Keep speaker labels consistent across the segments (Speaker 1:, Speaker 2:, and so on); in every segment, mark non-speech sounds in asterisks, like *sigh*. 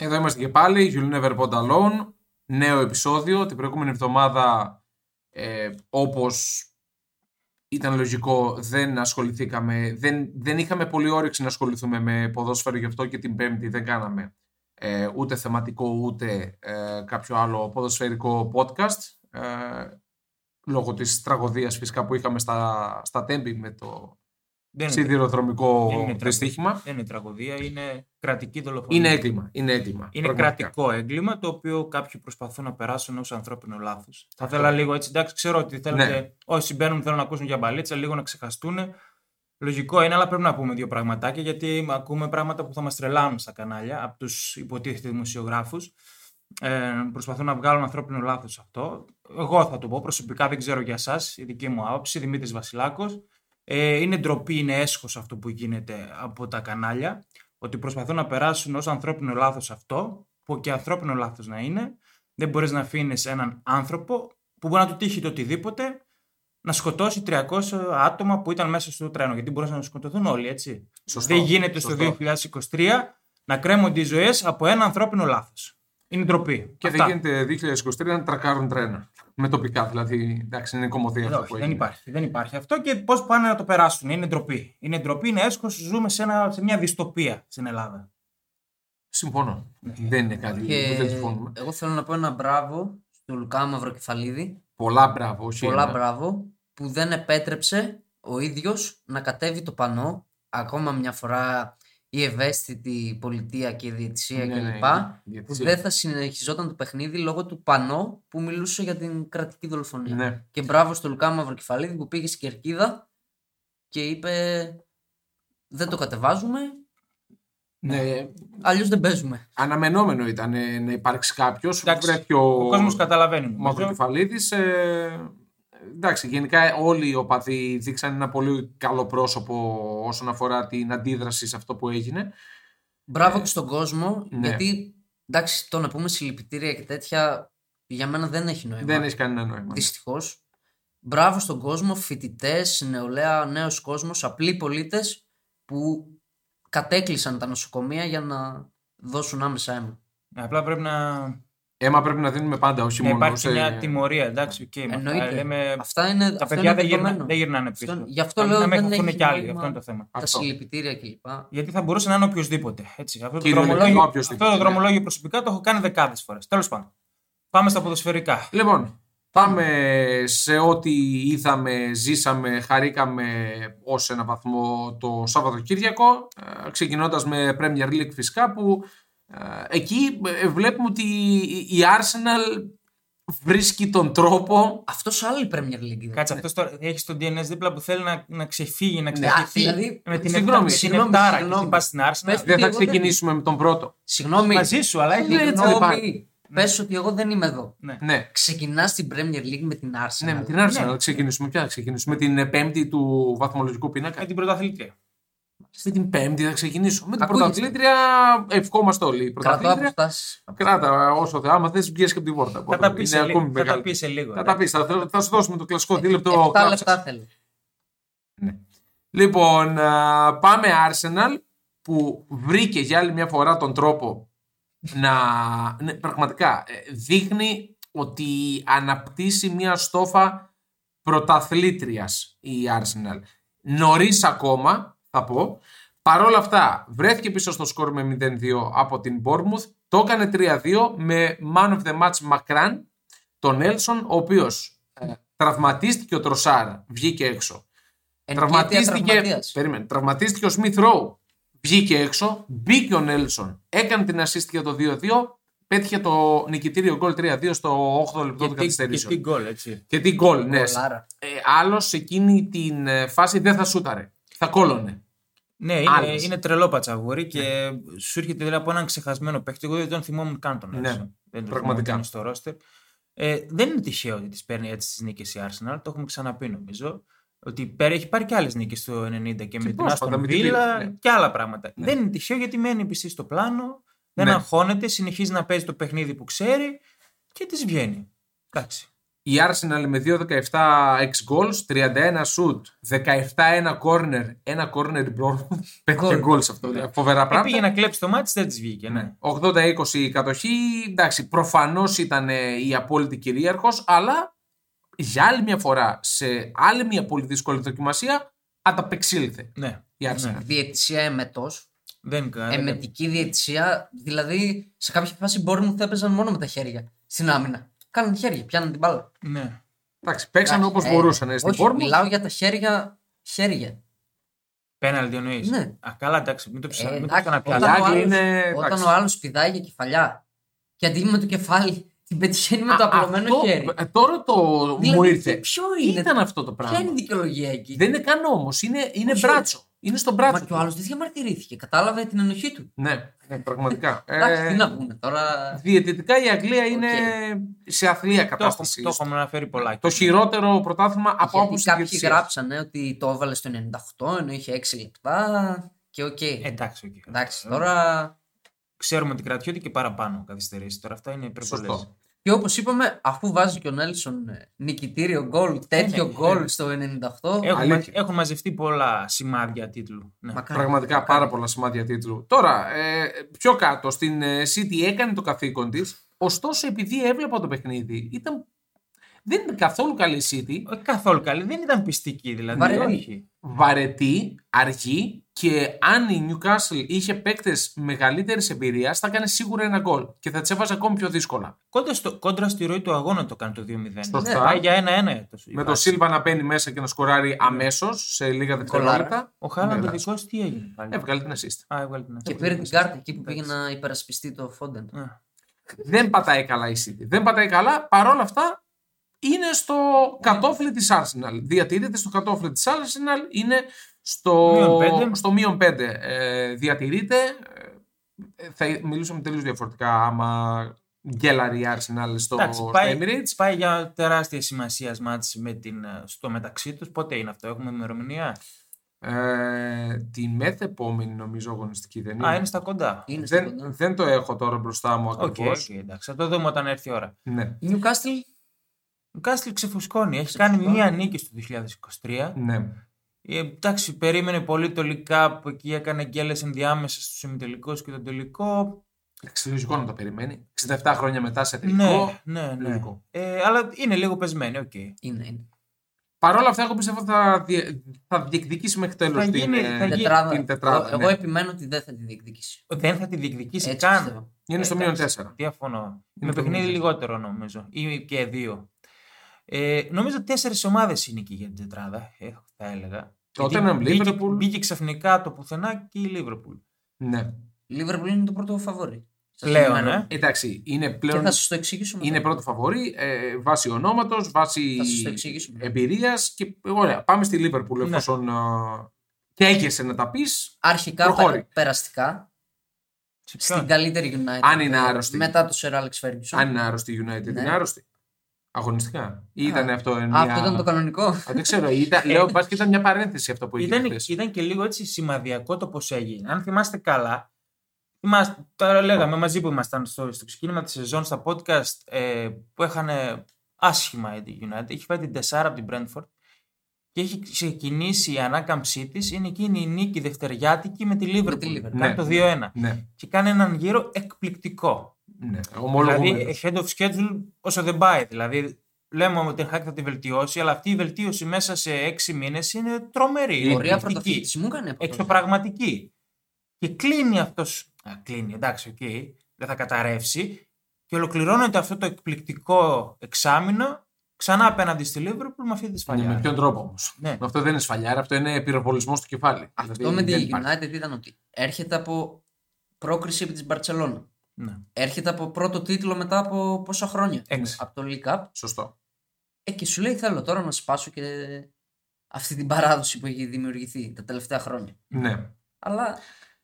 Speaker 1: είμαστε και πάλι. You'll never Bond alone. Νέο επεισόδιο. Την προηγούμενη εβδομάδα, ε, όπως ήταν λογικό, δεν ασχοληθήκαμε. Δεν, δεν είχαμε πολύ όρεξη να ασχοληθούμε με ποδόσφαιρο, γι' αυτό και την Πέμπτη δεν κάναμε ε, ούτε θεματικό ούτε ε, κάποιο άλλο ποδοσφαιρικό podcast. Ε, λόγω της τραγωδίας φυσικά που είχαμε στα, στα τέμπη με το
Speaker 2: Δεν είναι,
Speaker 1: σιδηροδρομικό
Speaker 2: δεν είναι τραγωδία.
Speaker 1: δυστύχημα.
Speaker 2: δεν είναι τραγωδία, είναι κρατική δολοφονία.
Speaker 1: Είναι έγκλημα. Είναι έγκλημα.
Speaker 2: Είναι
Speaker 1: πραγματικά.
Speaker 2: κρατικό έγκλημα το οποίο κάποιοι προσπαθούν να περάσουν ως ανθρώπινο λάθος. Θα
Speaker 1: Αυτό.
Speaker 2: ήθελα λίγο έτσι, εντάξει, ξέρω ότι θέλετε.
Speaker 1: Ναι.
Speaker 2: Όσοι μπαίνουν θέλουν να ακούσουν για μπαλίτσα, λίγο να ξεχαστούν. Λογικό είναι, αλλά πρέπει να πούμε δύο πραγματάκια, γιατί ακούμε πράγματα που θα μας τρελάνουν στα κανάλια από τους υποτίθεται δημοσιογράφους. Ε, προσπαθούν να βγάλουν ανθρώπινο λάθος αυτό. Εγώ θα το πω προσωπικά, δεν ξέρω για εσάς, η δική μου άποψη, Δημήτρης Βασιλάκος. Ε, είναι ντροπή, είναι έσχος αυτό που γίνεται από τα κανάλια. Ότι προσπαθούν να περάσουν ως ανθρώπινο λάθος αυτό, που και ανθρώπινο λάθος να είναι. Δεν μπορείς να αφήνεις έναν άνθρωπο που μπορεί να του τύχει το οτιδήποτε να σκοτώσει 300 άτομα που ήταν μέσα στο τρένο. Γιατί μπορούσαν να σκοτωθούν όλοι, έτσι.
Speaker 1: Σωστό,
Speaker 2: Δεν γίνεται στο
Speaker 1: σωστό.
Speaker 2: 2023 να κρέμονται οι ζωές από ένα ανθρώπινο λάθος. Είναι ντροπή.
Speaker 1: Και
Speaker 2: Αυτά.
Speaker 1: δεν γίνεται 2023 να τρακάρουν τρένα. Με τοπικά δηλαδή. Εντάξει, είναι κομμωδία αυτό
Speaker 2: Ε, Όχι,
Speaker 1: που
Speaker 2: δεν
Speaker 1: έγινε.
Speaker 2: υπάρχει. Δεν υπάρχει αυτό και πώς πάνε να το περάσουν. Είναι ντροπή. Είναι ντροπή, είναι έσχος. Ζούμε σε, ένα, σε μια δυστοπία στην Ελλάδα.
Speaker 1: Συμφωνώ.
Speaker 2: Ναι.
Speaker 1: Δεν είναι κάτι που δεν ε. συμφωνούμε.
Speaker 3: εγώ θέλω να πω ένα μπράβο στο Λουκά Μαυροκεφαλίδη.
Speaker 1: Πολλά μπράβο. όχι
Speaker 3: Πολλά
Speaker 1: ένα.
Speaker 3: μπράβο που δεν επέτρεψε ο ίδιος να κατέβει το πανό. Ακόμα μια φορά η ευαίσθητη πολιτεία και η διαιτησία
Speaker 1: Ναι, ναι,
Speaker 3: κλπ.
Speaker 1: γιατί
Speaker 3: που
Speaker 1: έτσι-
Speaker 3: δεν θα συνεχιζόταν το παιχνίδι λόγω του πανό που μιλούσε για την κρατική δολοφονία.
Speaker 1: Ναι.
Speaker 3: Και μπράβο στο Λουκά Μαυροκεφαλίδη που πήγε στην Κερκίδα και είπε δεν το κατεβάζουμε,
Speaker 1: Ναι,
Speaker 3: αλλιώς δεν παίζουμε.
Speaker 1: Αναμενόμενο ήταν ε, να υπάρξει κάποιος.
Speaker 2: Εντάξει,
Speaker 1: Βρέθηκε ο,
Speaker 2: Ο, κόσμος καταλαβαίνει. νομίζω.
Speaker 1: Μαυροκεφαλίδης, ε, εντάξει, γενικά όλοι οι οπαδοί δείξαν ένα πολύ καλό πρόσωπο όσον αφορά την αντίδραση σε αυτό που έγινε.
Speaker 3: Μπράβο και στον κόσμο,
Speaker 1: Ε, ναι.
Speaker 3: γιατί εντάξει, το να πούμε συλληπιτήρια και τέτοια για μένα δεν έχει
Speaker 2: Ε,
Speaker 3: νόημα.
Speaker 1: Δεν έχει κανένα νόημα.
Speaker 3: Δυστυχώς. Μπράβο στον κόσμο, φοιτητές, νεολαία, νέος κόσμος, απλοί πολίτες που κατέκλυσαν τα νοσοκομεία για να δώσουν άμεσα αίμα.
Speaker 2: Ναι, απλά πρέπει να,
Speaker 1: Έμα πρέπει να δίνουμε πάντα, όχι
Speaker 2: να
Speaker 1: μόνο
Speaker 2: υπάρχει
Speaker 1: σε-
Speaker 2: μια τιμωρία. Εντάξει, οκ,
Speaker 1: Ε,
Speaker 2: με αυτά.
Speaker 3: Εννοείται.
Speaker 2: Λέμε,
Speaker 3: Αυτά είναι.
Speaker 2: τα
Speaker 3: αυτό
Speaker 2: παιδιά
Speaker 3: είναι
Speaker 2: δεν, γυρνα-
Speaker 3: δεδομένο.
Speaker 2: δεν γυρνάνε πίσω.
Speaker 3: Αυτό- γι' αυτό
Speaker 2: Να-
Speaker 3: λέω
Speaker 2: να με
Speaker 3: δεν
Speaker 2: εκφοβούν
Speaker 3: έχει
Speaker 2: κι άλλοι.
Speaker 3: νόημα.
Speaker 2: Αυτό είναι το θέμα.
Speaker 3: Τα
Speaker 1: αυτό.
Speaker 3: συλληπιτήρια κλπ.
Speaker 2: Γιατί θα μπορούσε να είναι οποιοδήποτε. Έτσι. Αυτό το
Speaker 1: Κυριολεκτικά
Speaker 2: δρομολόγιο,
Speaker 1: οποιοσδήποτε,
Speaker 2: αυτό το
Speaker 1: ναι.
Speaker 2: δρομολόγιο προσωπικά το έχω κάνει δεκάδες φορές. Τέλος πάντων. Πάμε στα ποδοσφαιρικά.
Speaker 1: Λοιπόν, πάμε σε ό,τι είδαμε, ζήσαμε, χαρήκαμε ως ένα βαθμό το Σαββατοκύριακο, ε, ξεκινώντας με Premier League φυσικά που ε, εκεί ε, βλέπουμε ότι η Arsenal βρίσκει τον τρόπο
Speaker 3: Αυτός σε άλλη Premier League.
Speaker 2: Κάτσε, αυτός τώρα έχει τον DNS δίπλα που θέλει να, να ξεφύγει, να
Speaker 3: Α,
Speaker 2: ξεφύγει.
Speaker 3: δηλαδή,
Speaker 2: με την
Speaker 1: Συγγνώμη,
Speaker 2: εφτά- την
Speaker 3: συγγνώμη,
Speaker 2: εφτάρα και
Speaker 3: συγγνώμη.
Speaker 2: την πα στην Arsenal.
Speaker 3: Πες
Speaker 1: Δεν θα
Speaker 3: Εγώ δεν-
Speaker 1: ξεκινήσουμε με τον πρώτο.
Speaker 3: συγγνώμη.
Speaker 2: Μαζί σου, αλλά έχει.
Speaker 3: Ναι,
Speaker 1: Λέει-
Speaker 2: γνώμη.
Speaker 3: Συγγνώμη, πες ότι εγώ δεν είμαι εδώ.
Speaker 1: Ναι.
Speaker 3: Ξεκινά την Premier League με την Arsenal.
Speaker 1: Ναι, με την Arsenal
Speaker 2: Ναι.
Speaker 1: ξεκινήσουμε. Ποια θα ξεκινήσουμε, την ε, πέμπτη του βαθμολογικού πίνακα.
Speaker 2: Με την πρωταθλήτρια.
Speaker 1: Με την πέμπτη θα ξεκινήσω. Με την
Speaker 3: Ακούγεται.
Speaker 1: πρωταθλήτρια, ευχόμαστε όλοι. Η
Speaker 3: Κρατώ
Speaker 1: πρωταθλήτρια
Speaker 3: αποστάσει.
Speaker 1: Κράτα όσο θε. Άμα θες, βγει και από την πόρτα.
Speaker 2: Θα τα πεις σε,
Speaker 1: Είναι
Speaker 2: λίγο-
Speaker 1: Ναι, ακόμη
Speaker 2: θα τα Ε,
Speaker 1: μεγάλη.
Speaker 2: πεις σε λίγο.
Speaker 1: Θα τα πεις, θα, θα- θα σου δώσουμε το κλασικό δίλεπτο.
Speaker 3: 7
Speaker 1: κλάψας.
Speaker 3: λεπτά θέλω.
Speaker 1: Ναι. Λοιπόν, α, πάμε Arsenal που βρήκε για άλλη μια φορά τον τρόπο να. ναι, πραγματικά ε, δείχνει ότι αναπτύσσει μια στόφα πρωταθλήτριας η Arsenal. Νωρίς ακόμα, θα πω. Παρ' όλα αυτά, βρέθηκε πίσω στο σκορ με 0-2 από την Bournemouth. Το έκανε 3-2 με man of the match μακράν, τον Έλσον, ο οποίος ε, τραυματίστηκε ο Τροσάρ, βγήκε έξω.
Speaker 3: Εν τέτοια
Speaker 1: Τραυματίστηκε,
Speaker 3: τραυματίας.
Speaker 1: περίμενε, τραυματίστηκε ο Σμιθ Ρόου. Βγήκε έξω, μπήκε ο Νέλσον, έκανε την assist για το 2-2, πέτυχε το νικητήριο γκολ 3-2 στο 8ο λεπτό των
Speaker 2: Και τι- Και τι
Speaker 1: καθυστερήσεων.
Speaker 2: γκολ, έτσι.
Speaker 1: Και τι γκολ, ναι.
Speaker 3: Κολάρα.
Speaker 1: Ε, Άλλος σε εκείνη την ε, φάση δεν θα σούταρε. Θα κόλωνε.
Speaker 2: Ναι, είναι,
Speaker 1: Άλλες.
Speaker 2: είναι τρελό πατσαγούρι και σου έρχεται δηλαδή από έναν ξεχασμένο παίχτη. Εγώ δεν τον θυμόμουν καν τον
Speaker 1: Ναι,
Speaker 2: Alisson. δεν τον
Speaker 1: πραγματικά.
Speaker 2: θυμόμουν, ήταν στο ρόστερ. Ε, δεν είναι τυχαίο ότι τις παίρνει έτσι τι νίκες η Arsenal. Το έχουμε ξαναπεί νομίζω. Ότι πέρα έχει πάρει και άλλες νίκες το 90 και με την
Speaker 1: πρόσφατα
Speaker 2: Aston
Speaker 1: με την Leeds, ναι.
Speaker 2: Villa και άλλα πράγματα.
Speaker 1: Ναι.
Speaker 2: Δεν είναι τυχαίο γιατί μένει πιστή στο πλάνο, δεν
Speaker 1: Ναι.
Speaker 2: αγχώνεται, συνεχίζει να παίζει το παιχνίδι που ξέρει και της βγαίνει. Εντάξει.
Speaker 1: Η Arsenal με 2-17 ex goals, 31 shoot, 17-1 corner, ένα corner Bournemouth. *laughs* Πέτυχε
Speaker 3: Goal.
Speaker 1: goals αυτό. δηλαδή, Φοβερά
Speaker 2: Ε,
Speaker 1: πράγματα.
Speaker 2: Πήγε να κλέψει το μάτι, δεν της βγήκε. Ναι.
Speaker 1: 80-20 η κατοχή. Εντάξει, προφανώς ήταν ε, η απόλυτη κυρίαρχος, αλλά για άλλη μια φορά σε άλλη μια πολύ δύσκολη δοκιμασία ανταπεξήλθε
Speaker 2: ναι.
Speaker 1: η Arsenal.
Speaker 2: Ναι.
Speaker 3: Διαιτησία εμετός.
Speaker 2: Δεν κα-
Speaker 1: Ναι,
Speaker 3: Ε, Εμετική διαιτησία. Δηλαδή, σε κάποια φάση μπορούν να έπαιζαν μόνο με τα χέρια στην άμυνα. Κάνουν χέρια, πιάνουν την μπάλα.
Speaker 2: Ναι.
Speaker 1: Εντάξει, παίξαν όπως
Speaker 3: Ε,
Speaker 1: μπορούσαν ε, στην Ε,
Speaker 3: Όχι,
Speaker 1: Bournemouth.
Speaker 3: μιλάω για τα χέρια. Χέρια.
Speaker 2: Πέναλτι εννοείς.
Speaker 3: Ναι.
Speaker 2: Α, καλά, εντάξει, μην το
Speaker 3: Ε,
Speaker 2: ψάχνει.
Speaker 3: εντάξει,
Speaker 1: Η
Speaker 3: Όταν ο
Speaker 1: Άγγλοι
Speaker 3: άλλος-
Speaker 1: είναι.
Speaker 3: Όταν
Speaker 1: εντάξει.
Speaker 3: ο άλλος πηδάει για κεφαλιά και αντί με το κεφάλι την πετυχαίνει με το
Speaker 1: Α,
Speaker 3: απλωμένο
Speaker 1: αυτό-
Speaker 3: χέρι.
Speaker 1: ε, Τώρα το μου
Speaker 3: Δηλαδή,
Speaker 1: ήρθε.
Speaker 3: Ποιο
Speaker 1: Τι
Speaker 3: είναι,
Speaker 1: ήταν αυτό το
Speaker 3: ποια είναι
Speaker 1: πράγμα.
Speaker 3: η δικαιολογία εκεί.
Speaker 1: Δεν είναι καν όμως. Είναι, είναι
Speaker 3: Όχι.
Speaker 1: μπράτσο. Είναι στον μπράτσο.
Speaker 3: Μα και
Speaker 1: του.
Speaker 3: ο άλλο δεν διαμαρτυρήθηκε. Κατάλαβε την ενοχή του.
Speaker 1: Ναι, ναι, πραγματικά.
Speaker 3: *laughs* Εντάξει,
Speaker 1: Ε,
Speaker 3: τι να πούμε τώρα.
Speaker 1: διαιτητικά η Αγγλία είναι σε αθλία
Speaker 2: Το, έχω-
Speaker 1: κατάστασης.
Speaker 2: το έχουμε αναφέρει πολλά.
Speaker 1: Το χειρότερο πρωτάθλημα από
Speaker 3: Γιατί
Speaker 1: άποψη
Speaker 3: κάποιοι
Speaker 1: διαιτησίας.
Speaker 3: γράψανε ότι το έβαλε στο 98 ενώ είχε 6 λεπτά και οκ.
Speaker 2: Ε, Εντάξει, οκ.
Speaker 3: Εντάξει,
Speaker 2: Ε,
Speaker 3: τώρα.
Speaker 2: Ξέρουμε ότι κρατιώται και παραπάνω καθυστερήσεις. Τώρα αυτά είναι υπερβολές.
Speaker 1: Σωστό.
Speaker 3: Και όπως είπαμε, αφού βάζει και ο Νέλσον ε, νικητήριο γκολ, τέτοιο
Speaker 1: ε,
Speaker 2: ναι,
Speaker 3: γκολ
Speaker 2: ναι.
Speaker 3: στο 98.
Speaker 2: Έχουν,
Speaker 1: Αλήθεια.
Speaker 2: μα- έχουν μαζευτεί πολλά σημάδια τίτλου. Ναι.
Speaker 3: μακάρι,
Speaker 1: Πραγματικά
Speaker 3: μακάρι.
Speaker 1: πάρα πολλά σημάδια τίτλου. Τώρα, ε, πιο κάτω, στην ε, City έκανε το καθήκον της. Ωστόσο, επειδή έβλεπα το παιχνίδι, ήταν... δεν ήταν καθόλου καλή η City.
Speaker 2: Ε, Καθόλου καλή. Δεν ήταν πιστική δηλαδή.
Speaker 3: Βαρελή.
Speaker 2: όχι.
Speaker 1: Βαρετή, αργή και αν η Newcastle είχε παίκτες μεγαλύτερης εμπειρίας, θα έκανε σίγουρα ένα γκολ και θα τις έβαζε ακόμη πιο δύσκολα.
Speaker 2: Κόντρα, στο, κόντρα στη ροή του αγώνα το κάνει το 2-0.
Speaker 1: Σωστά.
Speaker 2: Ναι, πάει για 1-1. το- η
Speaker 1: Με τον
Speaker 2: φάση.
Speaker 1: Σίλβα να μπαίνει μέσα και να σκοράρει αμέσως σε λίγα δευτερόλεπτα.
Speaker 2: Ο Χάλαντ
Speaker 1: Ναι,
Speaker 2: ο δικό τι έγινε. πάλι?
Speaker 1: Έβγαλε την assist.
Speaker 2: Α, έβγαλε την
Speaker 3: Ε, Και
Speaker 2: assist.
Speaker 3: πήρε την κάρτα εκεί που πήγε
Speaker 2: Εντάξει.
Speaker 3: να υπερασπιστεί το Φόντεν.
Speaker 2: Ναι.
Speaker 1: δεν πατάει καλά η City. Δεν πατάει καλά, παρόλα αυτά είναι στο
Speaker 2: Ναι.
Speaker 1: κατόφλι της Arsenal. Διατηρείται στο κατόφλι της Arsenal, είναι στο
Speaker 2: Μείον πέντε.
Speaker 1: στο μείον 5. Ε, διατηρείται. Ε, θα μιλούσαμε τελείως διαφορετικά άμα γκέλαρει η Arsenal στο,
Speaker 2: Εντάξει,
Speaker 1: στο
Speaker 2: πάει,
Speaker 1: Emirates.
Speaker 2: πάει για τεράστια σημασία μάτς με την, ε, στο μεταξύ τους. Πότε είναι αυτό, έχουμε ημερομηνία.
Speaker 1: Ε, τη μεθεπόμενη νομίζω αγωνιστική δεν είναι.
Speaker 2: Α, είναι στα κοντά.
Speaker 3: Είναι στο
Speaker 1: Δεν,
Speaker 3: κοντά.
Speaker 1: δεν το έχω τώρα μπροστά μου
Speaker 2: Οκ,
Speaker 1: ακριβώς.
Speaker 2: οκ, εντάξει, θα το δούμε όταν έρθει η ώρα.
Speaker 1: Ναι,
Speaker 3: Η Newcastle
Speaker 2: Ο Κάστλ ξεφουσκώνει. Έχει
Speaker 3: Ξεφουσκώνει.
Speaker 2: κάνει μία νίκη στο 2023.
Speaker 1: ναι.
Speaker 2: Ε, εντάξει, περίμενε πολύ το League Cup. Εκεί έκανε γκέλες ενδιάμεσα στους ημιτελικούς και τον τελικό.
Speaker 1: Εντάξει, Λογικό να το περιμένει. 67 χρόνια μετά σε τελικό.
Speaker 2: Ναι, ναι, ναι.
Speaker 1: λογικό.
Speaker 2: Ε, αλλά είναι λίγο πεσμένη, οκ.
Speaker 3: είναι. είναι.
Speaker 1: Παρ' όλα αυτά, εγώ πιστεύω θα, διε- θα διεκδικήσει μέχρι τέλος
Speaker 2: Θα
Speaker 1: την,
Speaker 2: γίνει-
Speaker 1: ε,
Speaker 2: θα γίνει-
Speaker 3: Τετράδα.
Speaker 1: την τετράδα.
Speaker 3: εγώ,
Speaker 1: ναι.
Speaker 3: εγώ επιμένω ότι δεν θα τη διεκδικήσει.
Speaker 2: Δεν θα τη διεκδικήσει
Speaker 3: Έτσι
Speaker 2: καν.
Speaker 3: πιστεύω.
Speaker 1: Είναι στο μείον
Speaker 2: Εντάξει,
Speaker 1: 4.
Speaker 2: Διαφωνώ.
Speaker 1: Είναι
Speaker 2: Με
Speaker 1: το
Speaker 2: παιχνίδι
Speaker 1: μείον
Speaker 2: λιγότερο νομίζω. Ή και δύο. Ε, νομίζω τέσσερις ομάδες είναι εκεί για την τετράδα, ε, θα έλεγα.
Speaker 1: Το
Speaker 2: Γιατί
Speaker 1: Tottenham,
Speaker 2: μπήκε-
Speaker 1: Liverpool.
Speaker 2: Μπήκε ξαφνικά το πουθενά και η Λίβερπουλ.
Speaker 1: Ναι.
Speaker 3: Η Liverpool είναι το πρώτο φαβόρι. Σας
Speaker 2: Πλέον,
Speaker 3: ενημερώνω.
Speaker 2: ε.
Speaker 1: Εντάξει, είναι
Speaker 3: Και
Speaker 1: πλέον.
Speaker 3: θα σας το εξηγήσω μετά.
Speaker 1: ναι. Είναι πρώτο φαβορή ε, βάσει ονόματος, βάσει
Speaker 3: Θα σας το εξηγήσουμε.
Speaker 1: εμπειρίας. Και ωραία, πάμε στη Λίβερπουλ
Speaker 2: Ναι.
Speaker 1: εφόσον. ε, και έκεσαι να τα πεις.
Speaker 3: Αρχικά
Speaker 1: Προχώρη.
Speaker 3: πε- περαστικά
Speaker 2: Σε
Speaker 3: στην
Speaker 2: ποιον?
Speaker 3: καλύτερη United. ε,
Speaker 1: Αν είναι άρρωστη.
Speaker 3: Μετά το Sir Alex Ferguson.
Speaker 1: Αν είναι άρρωστη η United,
Speaker 3: Ναι.
Speaker 1: είναι άρρωστη. Αγωνιστικά. Ή
Speaker 3: Α,
Speaker 1: ήταν αυτό.
Speaker 3: Α,
Speaker 1: Μια...
Speaker 3: Αυτό ήταν το κανονικό.
Speaker 1: Α, δεν ξέρω. Ήταν, λέω, μπας και ήταν μια παρένθεση αυτό που έγινε.
Speaker 2: Ήταν,
Speaker 1: χθες.
Speaker 2: ήταν και λίγο έτσι σημαδιακό το πώς έγινε. Αν θυμάστε καλά, θυμάστε, τα λέγαμε μαζί που ήμασταν στο, στο ξεκίνημα της σεζόν στα podcast ε, που έχανε άσχημα η United. Είχε φάει την 4 από την Brentford και έχει ξεκινήσει η ανάκαμψή της. Είναι εκείνη η νίκη δευτεριάτικη με τη
Speaker 3: Με τη
Speaker 2: Liverpool.
Speaker 3: Liverpool.
Speaker 1: Ναι.
Speaker 2: Κάνει το 2-1.
Speaker 1: Ναι,
Speaker 2: Και κάνει έναν γύρο εκπληκτικό.
Speaker 1: ναι. Ομολογούμενος.
Speaker 2: Δηλαδή, head of schedule όσο δεν πάει. Δηλαδή, λέμε ότι ο Ten Hag θα τη βελτιώσει, αλλά αυτή η βελτίωση μέσα σε έξι μήνες είναι τρομερή.
Speaker 3: Η πορεία
Speaker 2: εκπληκτική,
Speaker 3: πρωταθλητισμού έκανε. από τότε.
Speaker 2: Εξωπραγματική. Και κλείνει αυτός. Κλείνει, εντάξει, οκ, δεν θα καταρρεύσει. Και ολοκληρώνεται αυτό το εκπληκτικό εξάμεινο ξανά απέναντι στη Λίβερπουλ με αυτή τη
Speaker 1: Ναι,
Speaker 2: σφαλιά.
Speaker 1: με ποιον τρόπο όμως.
Speaker 2: Ναι.
Speaker 1: Αυτό δεν είναι σφαλιάρα, αυτό είναι πυροβολισμό στο κεφάλι.
Speaker 3: Αυτό
Speaker 1: Δηλαδή,
Speaker 3: με
Speaker 1: δεν
Speaker 3: τη
Speaker 1: υπάρχει.
Speaker 3: United ήταν ότι έρχεται από πρόκριση επί της Μπαρσελόνα.
Speaker 2: Ναι.
Speaker 3: Έρχεται από πρώτο τίτλο μετά από πόσα χρόνια.
Speaker 2: Έξι.
Speaker 3: Από το League Cup.
Speaker 1: Σωστό.
Speaker 3: Ε, και σου λέει: Θέλω τώρα να σπάσω και αυτή την παράδοση που έχει δημιουργηθεί τα τελευταία χρόνια.
Speaker 1: Ναι.
Speaker 3: Αλλά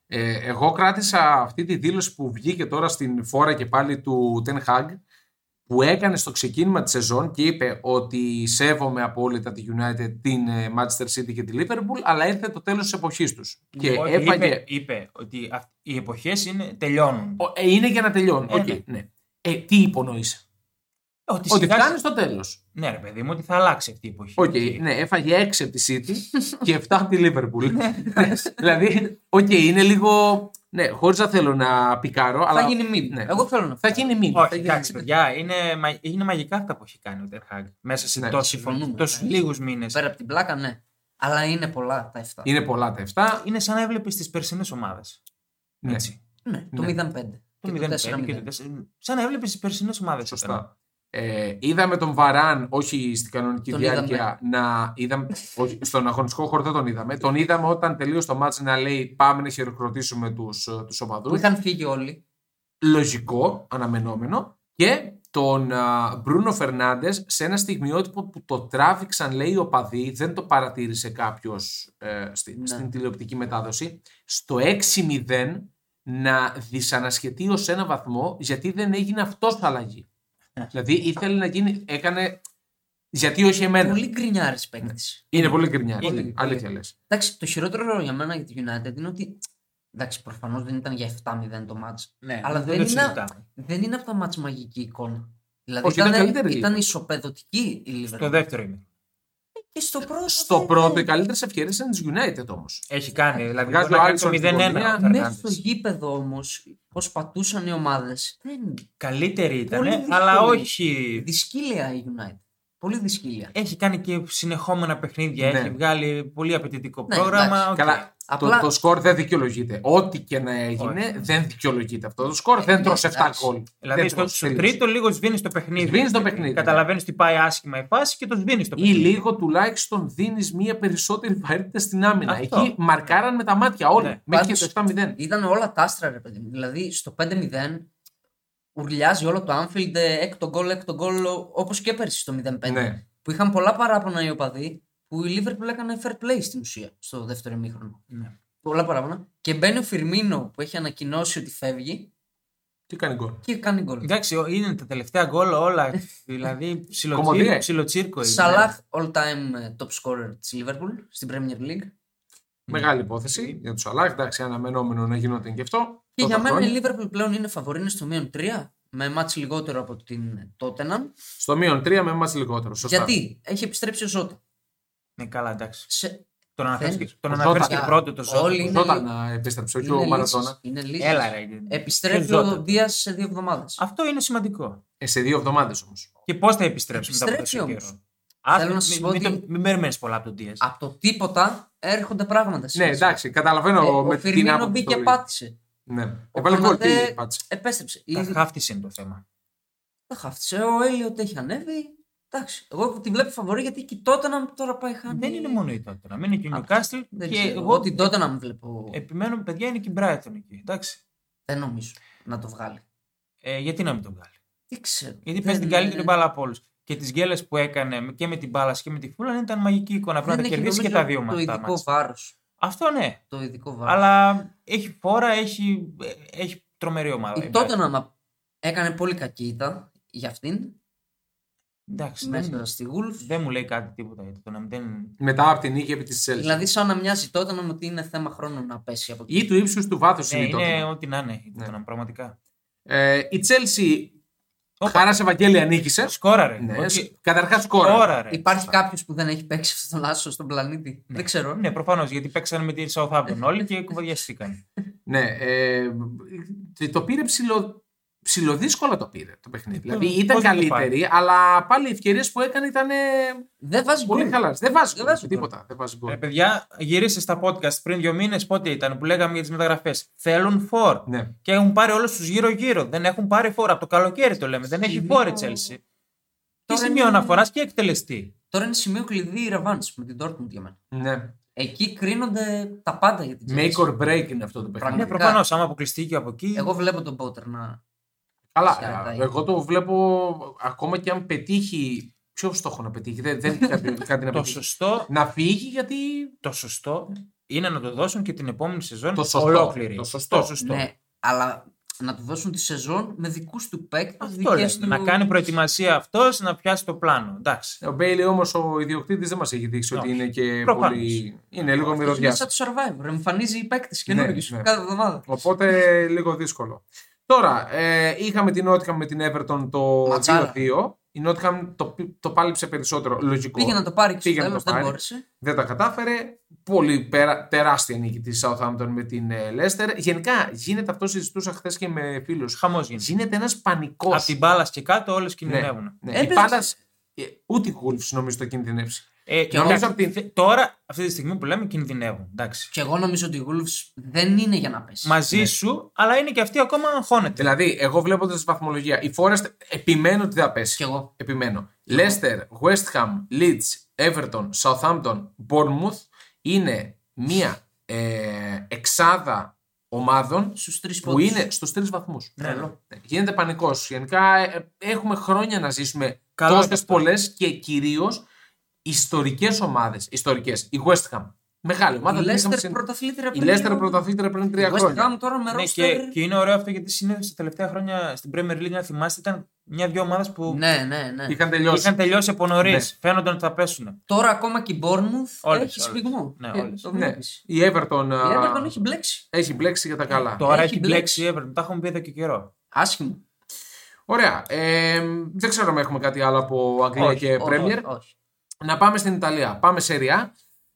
Speaker 1: Ε, εγώ κράτησα αυτή τη δήλωση που βγήκε τώρα στην φόρα και πάλι του Ten Hag που έκανε στο ξεκίνημα της σεζόν και είπε ότι σέβομαι απόλυτα τη United, την ε, Manchester City και τη Liverpool αλλά ήρθε το τέλος της εποχής τους. Και
Speaker 2: Όχι,
Speaker 1: έφαγε...
Speaker 2: Λοιπόν, είπε, είπε ότι αυ- οι εποχές τελειώνουν.
Speaker 1: Ο- ε, είναι για να τελειώνει.
Speaker 2: Ε,
Speaker 1: Οκ, ναι. Ε, τι υπονοείς.
Speaker 2: Ότι,
Speaker 1: Ότι
Speaker 2: σιγά-
Speaker 1: φτάνει στο τέλος.
Speaker 2: Ναι, ρε παιδί μου, ότι θα αλλάξει αυτή η εποχή.
Speaker 1: Οκ, ναι, έφαγε 6 από τη City και 7 από τη Liverpool. δηλαδή, οκ, είναι λίγο. Ναι, χωρίς να θέλω να πικάρω, αλλά.
Speaker 3: Θα γίνει μήνυμα.
Speaker 1: ναι.
Speaker 3: Εγώ θέλω να
Speaker 1: Θα γίνει μήνυμα.
Speaker 2: Όχι, εντάξει, παιδιά, είναι, μα- είναι μαγικά αυτά που έχει κάνει ο Τερχάγκ. Μέσα σε
Speaker 1: Ναι,
Speaker 3: συμφωνούμε,
Speaker 2: τόσου
Speaker 3: ναι.
Speaker 2: λίγους μήνες.
Speaker 3: Πέρα από την πλάκα, ναι. Αλλά είναι πολλά τα 7.
Speaker 1: Είναι πολλά τα 7.
Speaker 2: Είναι σαν να έβλεπες τις περσινές ομάδες.
Speaker 1: Ναι,
Speaker 3: Ναι, το
Speaker 1: Ναι.
Speaker 3: 0-5.
Speaker 2: Το 0 και το 4. Σαν να έβλεπες τις περσινές ομάδες.
Speaker 1: σωστά. ναι, Ε, είδαμε τον Βαράν, όχι στην κανονική
Speaker 3: Τον
Speaker 1: διάρκεια, να είδαμε, όχι, στον αγωνιστικό χώρο δεν τον είδαμε. Τον είδαμε όταν τελείωσε το μάτς να λέει πάμε να χειροκροτήσουμε τους, ε, τους
Speaker 3: Που
Speaker 1: οπαδούς.
Speaker 3: είχαν φύγει όλοι.
Speaker 1: λογικό, αναμενόμενο. Και τον α, Μπρούνο Φερνάντες σε ένα στιγμιότυπο που το τράβηξαν, λέει οι οπαδοί, δεν το παρατήρησε κάποιος στην,
Speaker 3: Ναι.
Speaker 1: στην τηλεοπτική μετάδοση. Στο 6-0 να δυσανασχετεί ως ένα βαθμό γιατί δεν έγινε αυτός
Speaker 3: *laughs*
Speaker 1: αλλαγή.
Speaker 2: Ναι.
Speaker 1: δηλαδή ήθελε να γίνει, έκανε. Γιατί όχι εμένα.
Speaker 3: Πολύ γκρινιάρης παίκτης.
Speaker 1: Είναι πολύ κρυμιά.
Speaker 2: Είναι,
Speaker 1: Είναι,
Speaker 2: πολύ.
Speaker 1: αλήθεια λες.
Speaker 3: Εντάξει, το χειρότερο για μένα για τη United είναι ότι. Εντάξει, προφανώς δεν ήταν για 7-0 το μάτς.
Speaker 2: Ναι,
Speaker 3: Αλλά
Speaker 2: δεν
Speaker 3: δεν
Speaker 2: το
Speaker 3: είναι-
Speaker 2: συζητάμε.
Speaker 3: Δεν είναι από τα μάτς μαγική εικόνα. Δηλαδή
Speaker 1: Όχι, ήταν
Speaker 3: ήταν,
Speaker 1: καλύτερη η
Speaker 3: ήταν,
Speaker 1: εικόνα.
Speaker 3: ισοπεδωτική η Liverpool.
Speaker 2: Το δεύτερο είναι.
Speaker 3: Και στο πρώτο.
Speaker 1: Στο
Speaker 3: δεν-
Speaker 1: πρώτο, οι καλύτερες ευκαιρίες είναι της United όμως.
Speaker 2: Έχει κάνει. Δηλαδή,
Speaker 1: Βγάζει
Speaker 2: μπορεί να
Speaker 1: ο
Speaker 2: κάνει το
Speaker 1: Άλισον στην
Speaker 2: 0-1.
Speaker 1: γωνία.
Speaker 2: ο
Speaker 3: Μέχρι το
Speaker 2: Φερνάνδες.
Speaker 3: γήπεδο όμως, πώς πατούσαν οι ομάδες. Δεν.
Speaker 2: Καλύτερη
Speaker 3: Πολύ
Speaker 2: ήταν, ε,
Speaker 3: δύσκολη.
Speaker 2: αλλά όχι.
Speaker 3: Δυσκύλια η United. Πολύ δυσκύλια.
Speaker 2: Έχει κάνει και συνεχόμενα παιχνίδια.
Speaker 1: Ναι.
Speaker 2: Έχει βγάλει πολύ απαιτητικό
Speaker 3: Ναι,
Speaker 2: πρόγραμμα.
Speaker 3: εντάξει.
Speaker 2: οκ.
Speaker 1: Καλά,
Speaker 3: Απλά
Speaker 1: Το, το σκορ δεν δικαιολογείται. Ό,τι και να έγινε,
Speaker 2: Όχι.
Speaker 1: δεν δικαιολογείται αυτό. Το σκορ δεν
Speaker 3: ναι,
Speaker 1: τρώσε 7
Speaker 3: εντάξει.
Speaker 1: γκολ.
Speaker 2: Δηλαδή
Speaker 1: Δεν
Speaker 2: στο,
Speaker 1: τρώσε,
Speaker 2: στο
Speaker 1: τελείωσε.
Speaker 2: τρίτο λίγο σβήνεις το παιχνίδι.
Speaker 1: Σβήνεις το παιχνίδι.
Speaker 2: Καταλαβαίνεις ότι πάει άσχημα η φάση και το σβήνεις το
Speaker 1: Ή
Speaker 2: παιχνίδι.
Speaker 1: λίγο τουλάχιστον δίνεις μία περισσότερη βαρύτητα στην άμυνα.
Speaker 2: Αυτό.
Speaker 1: Εκεί μαρκάραν με τα μάτια όλοι.
Speaker 2: Ναι.
Speaker 1: Μέχρι και
Speaker 3: Πάντως-
Speaker 1: το 7-0.
Speaker 3: ήταν όλα τάστρα, ρε παιδί μου. Δηλαδή στο 5-0 ουρλιάζει όλο το Anfield ε, έκτο γκολ, έκτο γκολ, όπως και πέρσι στο 0-5.
Speaker 1: Ναι.
Speaker 3: Που είχαν πολλά παράπονα οι οπαδοί που η Liverpool έκανε fair play στην ουσία στο δεύτερο ημίχρονο.
Speaker 2: Ναι.
Speaker 3: Πολλά παράπονα. Και μπαίνει ο Φιρμίνο που έχει ανακοινώσει ότι φεύγει
Speaker 1: Τι κάνει γκολ.
Speaker 3: και κάνει γκολ.
Speaker 2: Εντάξει, ο- είναι τα τελευταία γκολ όλα. δηλαδή ψιλοτσίρ-
Speaker 1: Κομμωδία.
Speaker 2: ψιλοτσίρκο. είναι.
Speaker 3: Σαλάχ all time ε, top scorer της Liverpool στην Premier League.
Speaker 1: Μεγάλη υπόθεση για του Αλάχ. Εντάξει, αναμενόμενο να γινόταν και αυτό.
Speaker 3: Και
Speaker 1: Τόσα
Speaker 3: για μένα
Speaker 1: χρόνια.
Speaker 3: η Liverpool πλέον είναι φαβορή είναι στο μείον 3 με μάτς λιγότερο από την ε, Tottenham.
Speaker 1: Στο μείον 3 με εμά λιγότερο. Σωστά.
Speaker 3: Γιατί έχει επιστρέψει ο Ζώτα.
Speaker 2: Ναι, καλά, εντάξει.
Speaker 3: Σε...
Speaker 2: Τον αναφέρεις
Speaker 3: Δεν-
Speaker 2: και, τον
Speaker 1: Ο
Speaker 2: αναφέρεις
Speaker 1: Ζώτα.
Speaker 2: και πρώτο το ζώο.
Speaker 3: Όλοι-
Speaker 1: Ο
Speaker 3: είναι
Speaker 1: Ζώτα
Speaker 3: λίγο-
Speaker 1: να επέστρεψε, όχι
Speaker 3: είναι
Speaker 1: ο
Speaker 3: λύσεις.
Speaker 1: Μαραθώνα.
Speaker 3: Είναι λύσεις.
Speaker 2: Έλα, ρε.
Speaker 3: Επιστρέφει
Speaker 2: Ποιο Ζώτα.
Speaker 3: ο Δίας σε δύο εβδομάδες.
Speaker 2: ε, Αυτό είναι σημαντικό.
Speaker 1: Ε, σε δύο εβδομάδες όμως.
Speaker 2: Και πώς θα επιστρέψει μετά από
Speaker 3: Επιστρέψει
Speaker 2: τόσο
Speaker 3: όμως.
Speaker 2: καιρό. Άσε,
Speaker 3: Θέλω να
Speaker 2: μη-
Speaker 3: σας πω
Speaker 2: μην,
Speaker 3: ότι-
Speaker 2: το- μην περιμένεις πολλά από τον Δίας.
Speaker 3: Από το τίποτα έρχονται πράγματα.
Speaker 1: Ναι,
Speaker 3: σιγά σιγά.
Speaker 1: εντάξει, καταλαβαίνω
Speaker 3: Ε,
Speaker 1: με
Speaker 3: ο
Speaker 1: την
Speaker 3: Φιρμίνο
Speaker 1: άποψη.
Speaker 3: μπήκε
Speaker 1: του-
Speaker 3: πάτησε.
Speaker 1: Ναι. Έβαλε γκολ. τι
Speaker 3: Κονατέ-
Speaker 1: πάτησε.
Speaker 3: Επέστρεψε.
Speaker 2: Τα
Speaker 3: Ήδη
Speaker 2: χάφτιση είναι το θέμα.
Speaker 3: τα χάφτισε. Ο Έλιοτ έχει ανέβει. Εντάξει. Εγώ τη βλέπω φαβορή γιατί και τότε να τώρα πάει χάνει.
Speaker 2: Δεν είναι μόνο η τότε. Μην είναι και η
Speaker 3: Α,
Speaker 2: Newcastle.
Speaker 3: Δεν
Speaker 2: Και
Speaker 3: ξέρω.
Speaker 2: εγώ Ε-
Speaker 3: την τότε να μην βλέπω.
Speaker 2: επιμένω, παιδιά, είναι και η Brighton εκεί. Εντάξει.
Speaker 3: Δεν νομίζω να το βγάλει.
Speaker 2: Ε, γιατί να μην τον βγάλει.
Speaker 3: Δεν ξέρω.
Speaker 2: Γιατί
Speaker 3: δεν...
Speaker 2: παίζει την καλύτερη μπάλα από όλους. Και τις γκέλες που έκανε και με την μπάλα και με τη φούλα ήταν μαγική εικόνα. Πρέπει να
Speaker 3: Δεν
Speaker 2: τα
Speaker 3: έχει
Speaker 2: κερδίσει και
Speaker 3: νομίζω
Speaker 2: τα δύο
Speaker 3: Το
Speaker 2: μάτια.
Speaker 3: ειδικό βάρος.
Speaker 2: Αυτό ναι.
Speaker 3: Το ειδικό βάρος.
Speaker 2: Αλλά έχει φόρα, έχει, ε, έχει τρομερή ομάδα.
Speaker 3: Η τότε να έκανε πολύ κακή ήττα για αυτήν.
Speaker 2: Ναι, Εντάξει,
Speaker 3: Μέσα
Speaker 2: δεν,
Speaker 3: στη Wolves.
Speaker 2: δεν μου λέει κάτι τίποτα για το να μην. δεν-
Speaker 1: Μετά από την νίκη επί της Chelsea.
Speaker 3: Δηλαδή, σαν να μοιάζει τότε να μου ότι είναι θέμα χρόνου να πέσει από εκεί.
Speaker 1: ή του ύψους του βάθους
Speaker 2: Ναι,
Speaker 1: είναι η Tottenham.
Speaker 2: είναι ό,τι να είναι. η
Speaker 1: Ναι.
Speaker 2: Tottenham, Πραγματικά.
Speaker 1: Ε, η Chelsea
Speaker 2: Όπα.
Speaker 1: χαρά σε Βαγγέλη νίκησε.
Speaker 2: Σκόραρε.
Speaker 1: Ναι,
Speaker 2: Όχι,
Speaker 1: Καταρχά σκόρα.
Speaker 2: Σκόραρε.
Speaker 3: Υπάρχει κάποιος που δεν έχει παίξει αυτόν τον άσο στον πλανήτη. Δεν ξέρω.
Speaker 2: Ναι, προφανώς γιατί παίξαν με τη Southampton όλοι και κουβεντιαστήκαν.
Speaker 1: Ναι, ε, το πήρε ψηλο, ψηλοδύσκολα το πήρε το παιχνίδι. δηλαδή
Speaker 2: πώς
Speaker 1: ήταν
Speaker 2: να το
Speaker 1: καλύτερη, αλλά πάλι οι ευκαιρίες που έκανε ήταν ε,
Speaker 3: Δεν βάζεις
Speaker 1: πολύ
Speaker 3: γκολ.
Speaker 1: χαλάρε. Δεν βάζεις
Speaker 3: Δεν
Speaker 1: γκολ,
Speaker 3: βάζει
Speaker 1: τίποτα. Δεν βάζεις γκολ.
Speaker 2: Ρε Ε, παιδιά, γυρίσε στα podcast πριν δύο μήνες πότε ήταν που λέγαμε για τις μεταγραφές. Θέλουν φορ.
Speaker 1: Ναι.
Speaker 2: Και έχουν πάρει όλους τους γύρω-γύρω. Δεν έχουν πάρει φόρα. Από το καλοκαίρι το λέμε. Δεν έχει
Speaker 3: Σημείο-
Speaker 2: φόρα η Τσέλση. Και
Speaker 3: Τώρα
Speaker 2: σημείο
Speaker 3: είναι-
Speaker 2: αναφοράς και εκτελεστή.
Speaker 3: Τώρα είναι σημείο κλειδί η Ραβάνη με την Dortmund για μένα.
Speaker 1: ναι.
Speaker 3: Εκεί κρίνονται τα πάντα για την
Speaker 1: Make
Speaker 3: Chelsea.
Speaker 1: or break είναι αυτό το παιχνίδι.
Speaker 2: Ναι,
Speaker 3: Πραγματικά.
Speaker 2: προφανώς. Άμα αποκλειστεί και από εκεί.
Speaker 3: Εγώ βλέπω τον Πότερ να.
Speaker 1: Καλά,
Speaker 3: Χαίρετα,
Speaker 1: ε,
Speaker 3: είναι.
Speaker 1: εγώ το βλέπω ακόμα και αν πετύχει. Ποιο στόχο να πετύχει, δεν, δεν έχει κάτι, κάτι να
Speaker 2: Το
Speaker 1: πετύχει.
Speaker 2: σωστό,
Speaker 1: να φύγει γιατί.
Speaker 2: το σωστό είναι να το δώσουν και την επόμενη σεζόν
Speaker 1: Το σωστό.
Speaker 2: ολόκληρη.
Speaker 1: Το σωστό.
Speaker 3: Ναι, αλλά να του δώσουν τη σεζόν με δικούς του παίκτες.
Speaker 2: Αυτό λες, Να κάνει προετοιμασία αυτός να πιάσει το πλάνο. Εντάξει.
Speaker 1: Ο Μπέιλι όμως ο ιδιοκτήτης δεν μας έχει δείξει ότι
Speaker 2: Όχι.
Speaker 1: είναι και
Speaker 2: Προφανώς. Ναι,
Speaker 1: πολύ. Είναι λίγο
Speaker 3: Είναι σαν
Speaker 1: μυρωδιά.
Speaker 3: το survivor. Εμφανίζει οι παίκτες
Speaker 1: Ναι,
Speaker 3: καινούργιους
Speaker 1: ναι.
Speaker 3: κάθε εβδομάδα.
Speaker 1: Οπότε λίγο δύσκολο. Τώρα, ε, είχαμε την Νότια με την Everton το
Speaker 3: Ματσάρα.
Speaker 1: 2-2. Η Νότιχαμ το, πι- το πάλιψε περισσότερο. Λογικό.
Speaker 3: Πήγε να το πάρει και στο
Speaker 1: Πήγε να
Speaker 3: τέλο,
Speaker 1: το
Speaker 3: δεν
Speaker 1: πάρει.
Speaker 3: μπόρεσε.
Speaker 1: Δεν τα κατάφερε. Πολύ περα, τεράστια νίκη της Southampton με την Λέστερ. Γενικά γίνεται αυτό, συζητούσα χθες και με φίλους.
Speaker 2: Χαμός γίνεται.
Speaker 1: Γίνεται ένας πανικός.
Speaker 2: Από την μπάλα και κάτω όλες κινδυνεύουν.
Speaker 1: Ναι,
Speaker 3: Έπαιζε-
Speaker 1: η πάντα. ε, Ούτε η Wolves νομίζω το κινδυνεύσει.
Speaker 2: Ε,
Speaker 3: Και
Speaker 2: νομίζω
Speaker 1: όμως-
Speaker 2: απ' τη- Τώρα, αυτή τη στιγμή που λέμε, κινδυνεύουν. Εντάξει.
Speaker 3: Και εγώ νομίζω ότι η Wolves δεν είναι για να πέσει.
Speaker 2: Μαζί σου, αλλά είναι και αυτή ακόμα αγχώνεται.
Speaker 1: Δηλαδή, εγώ βλέποντας τη βαθμολογία, η Forest επιμένω ότι θα πέσει.
Speaker 3: Κι εγώ.
Speaker 1: Επιμένω. Leicester, West Ham, Leeds, Everton, Southampton, Bournemouth είναι μία ε, εξάδα ομάδων
Speaker 3: Στους τρεις
Speaker 1: που είναι στους τρεις βαθμούς.
Speaker 2: Ναι,
Speaker 1: Ναι. Γίνεται πανικός. Γενικά ε, έχουμε χρόνια να ζήσουμε
Speaker 2: Καλό
Speaker 1: τόσες
Speaker 2: είναι αυτό.
Speaker 1: πολλές και κυρίως ιστορικές ομάδες. Ιστορικές. Η West Ham. Μεγάλη ομάδα.
Speaker 3: Η
Speaker 1: την είχαμε
Speaker 3: Leicester
Speaker 1: συν-
Speaker 3: πρωταθλήτρια
Speaker 1: Η Leicester πρωταθλήτρια πριν τρία χρόνια.
Speaker 3: West Ham τώρα με
Speaker 2: Ναι,
Speaker 3: ρόστερ.
Speaker 2: και, και είναι ωραίο αυτό γιατί συνέβη τα τελευταία χρόνια στην Premier League, να θυμάστε, ήταν μια-δυο ομάδες που
Speaker 3: Ναι, ναι, ναι.
Speaker 1: Είχαν τελειώσει.
Speaker 2: είχαν τελειώσει από νωρίς.
Speaker 1: Ναι.
Speaker 2: Φαίνονταν ότι θα πέσουν.
Speaker 3: Τώρα ακόμα και η Bournemouth
Speaker 2: Όλες,
Speaker 3: έχει
Speaker 2: όλες.
Speaker 3: σφιγμό.
Speaker 2: Ναι,
Speaker 3: Ε,
Speaker 2: όλες.
Speaker 3: το
Speaker 1: Ναι.
Speaker 3: βλέπεις.
Speaker 1: Η Everton,
Speaker 3: Η
Speaker 1: Ναι. α,
Speaker 3: Everton έχει μπλέξει.
Speaker 1: έχει μπλέξει για τα καλά.
Speaker 2: Τώρα
Speaker 3: Έχει
Speaker 2: έχει μπλέξει η Everton. Τα έχουμε πει εδώ και καιρό.
Speaker 3: Άσχημο.
Speaker 1: Ωραία. Ε, δεν ξέρω αν έχουμε κάτι άλλο από Αγγλία
Speaker 2: Όχι,
Speaker 1: και
Speaker 3: Όχι,
Speaker 1: Ε, Premier.
Speaker 3: όχι, όχι.
Speaker 1: Να πάμε στην Ιταλία. Πάμε σε Ριά.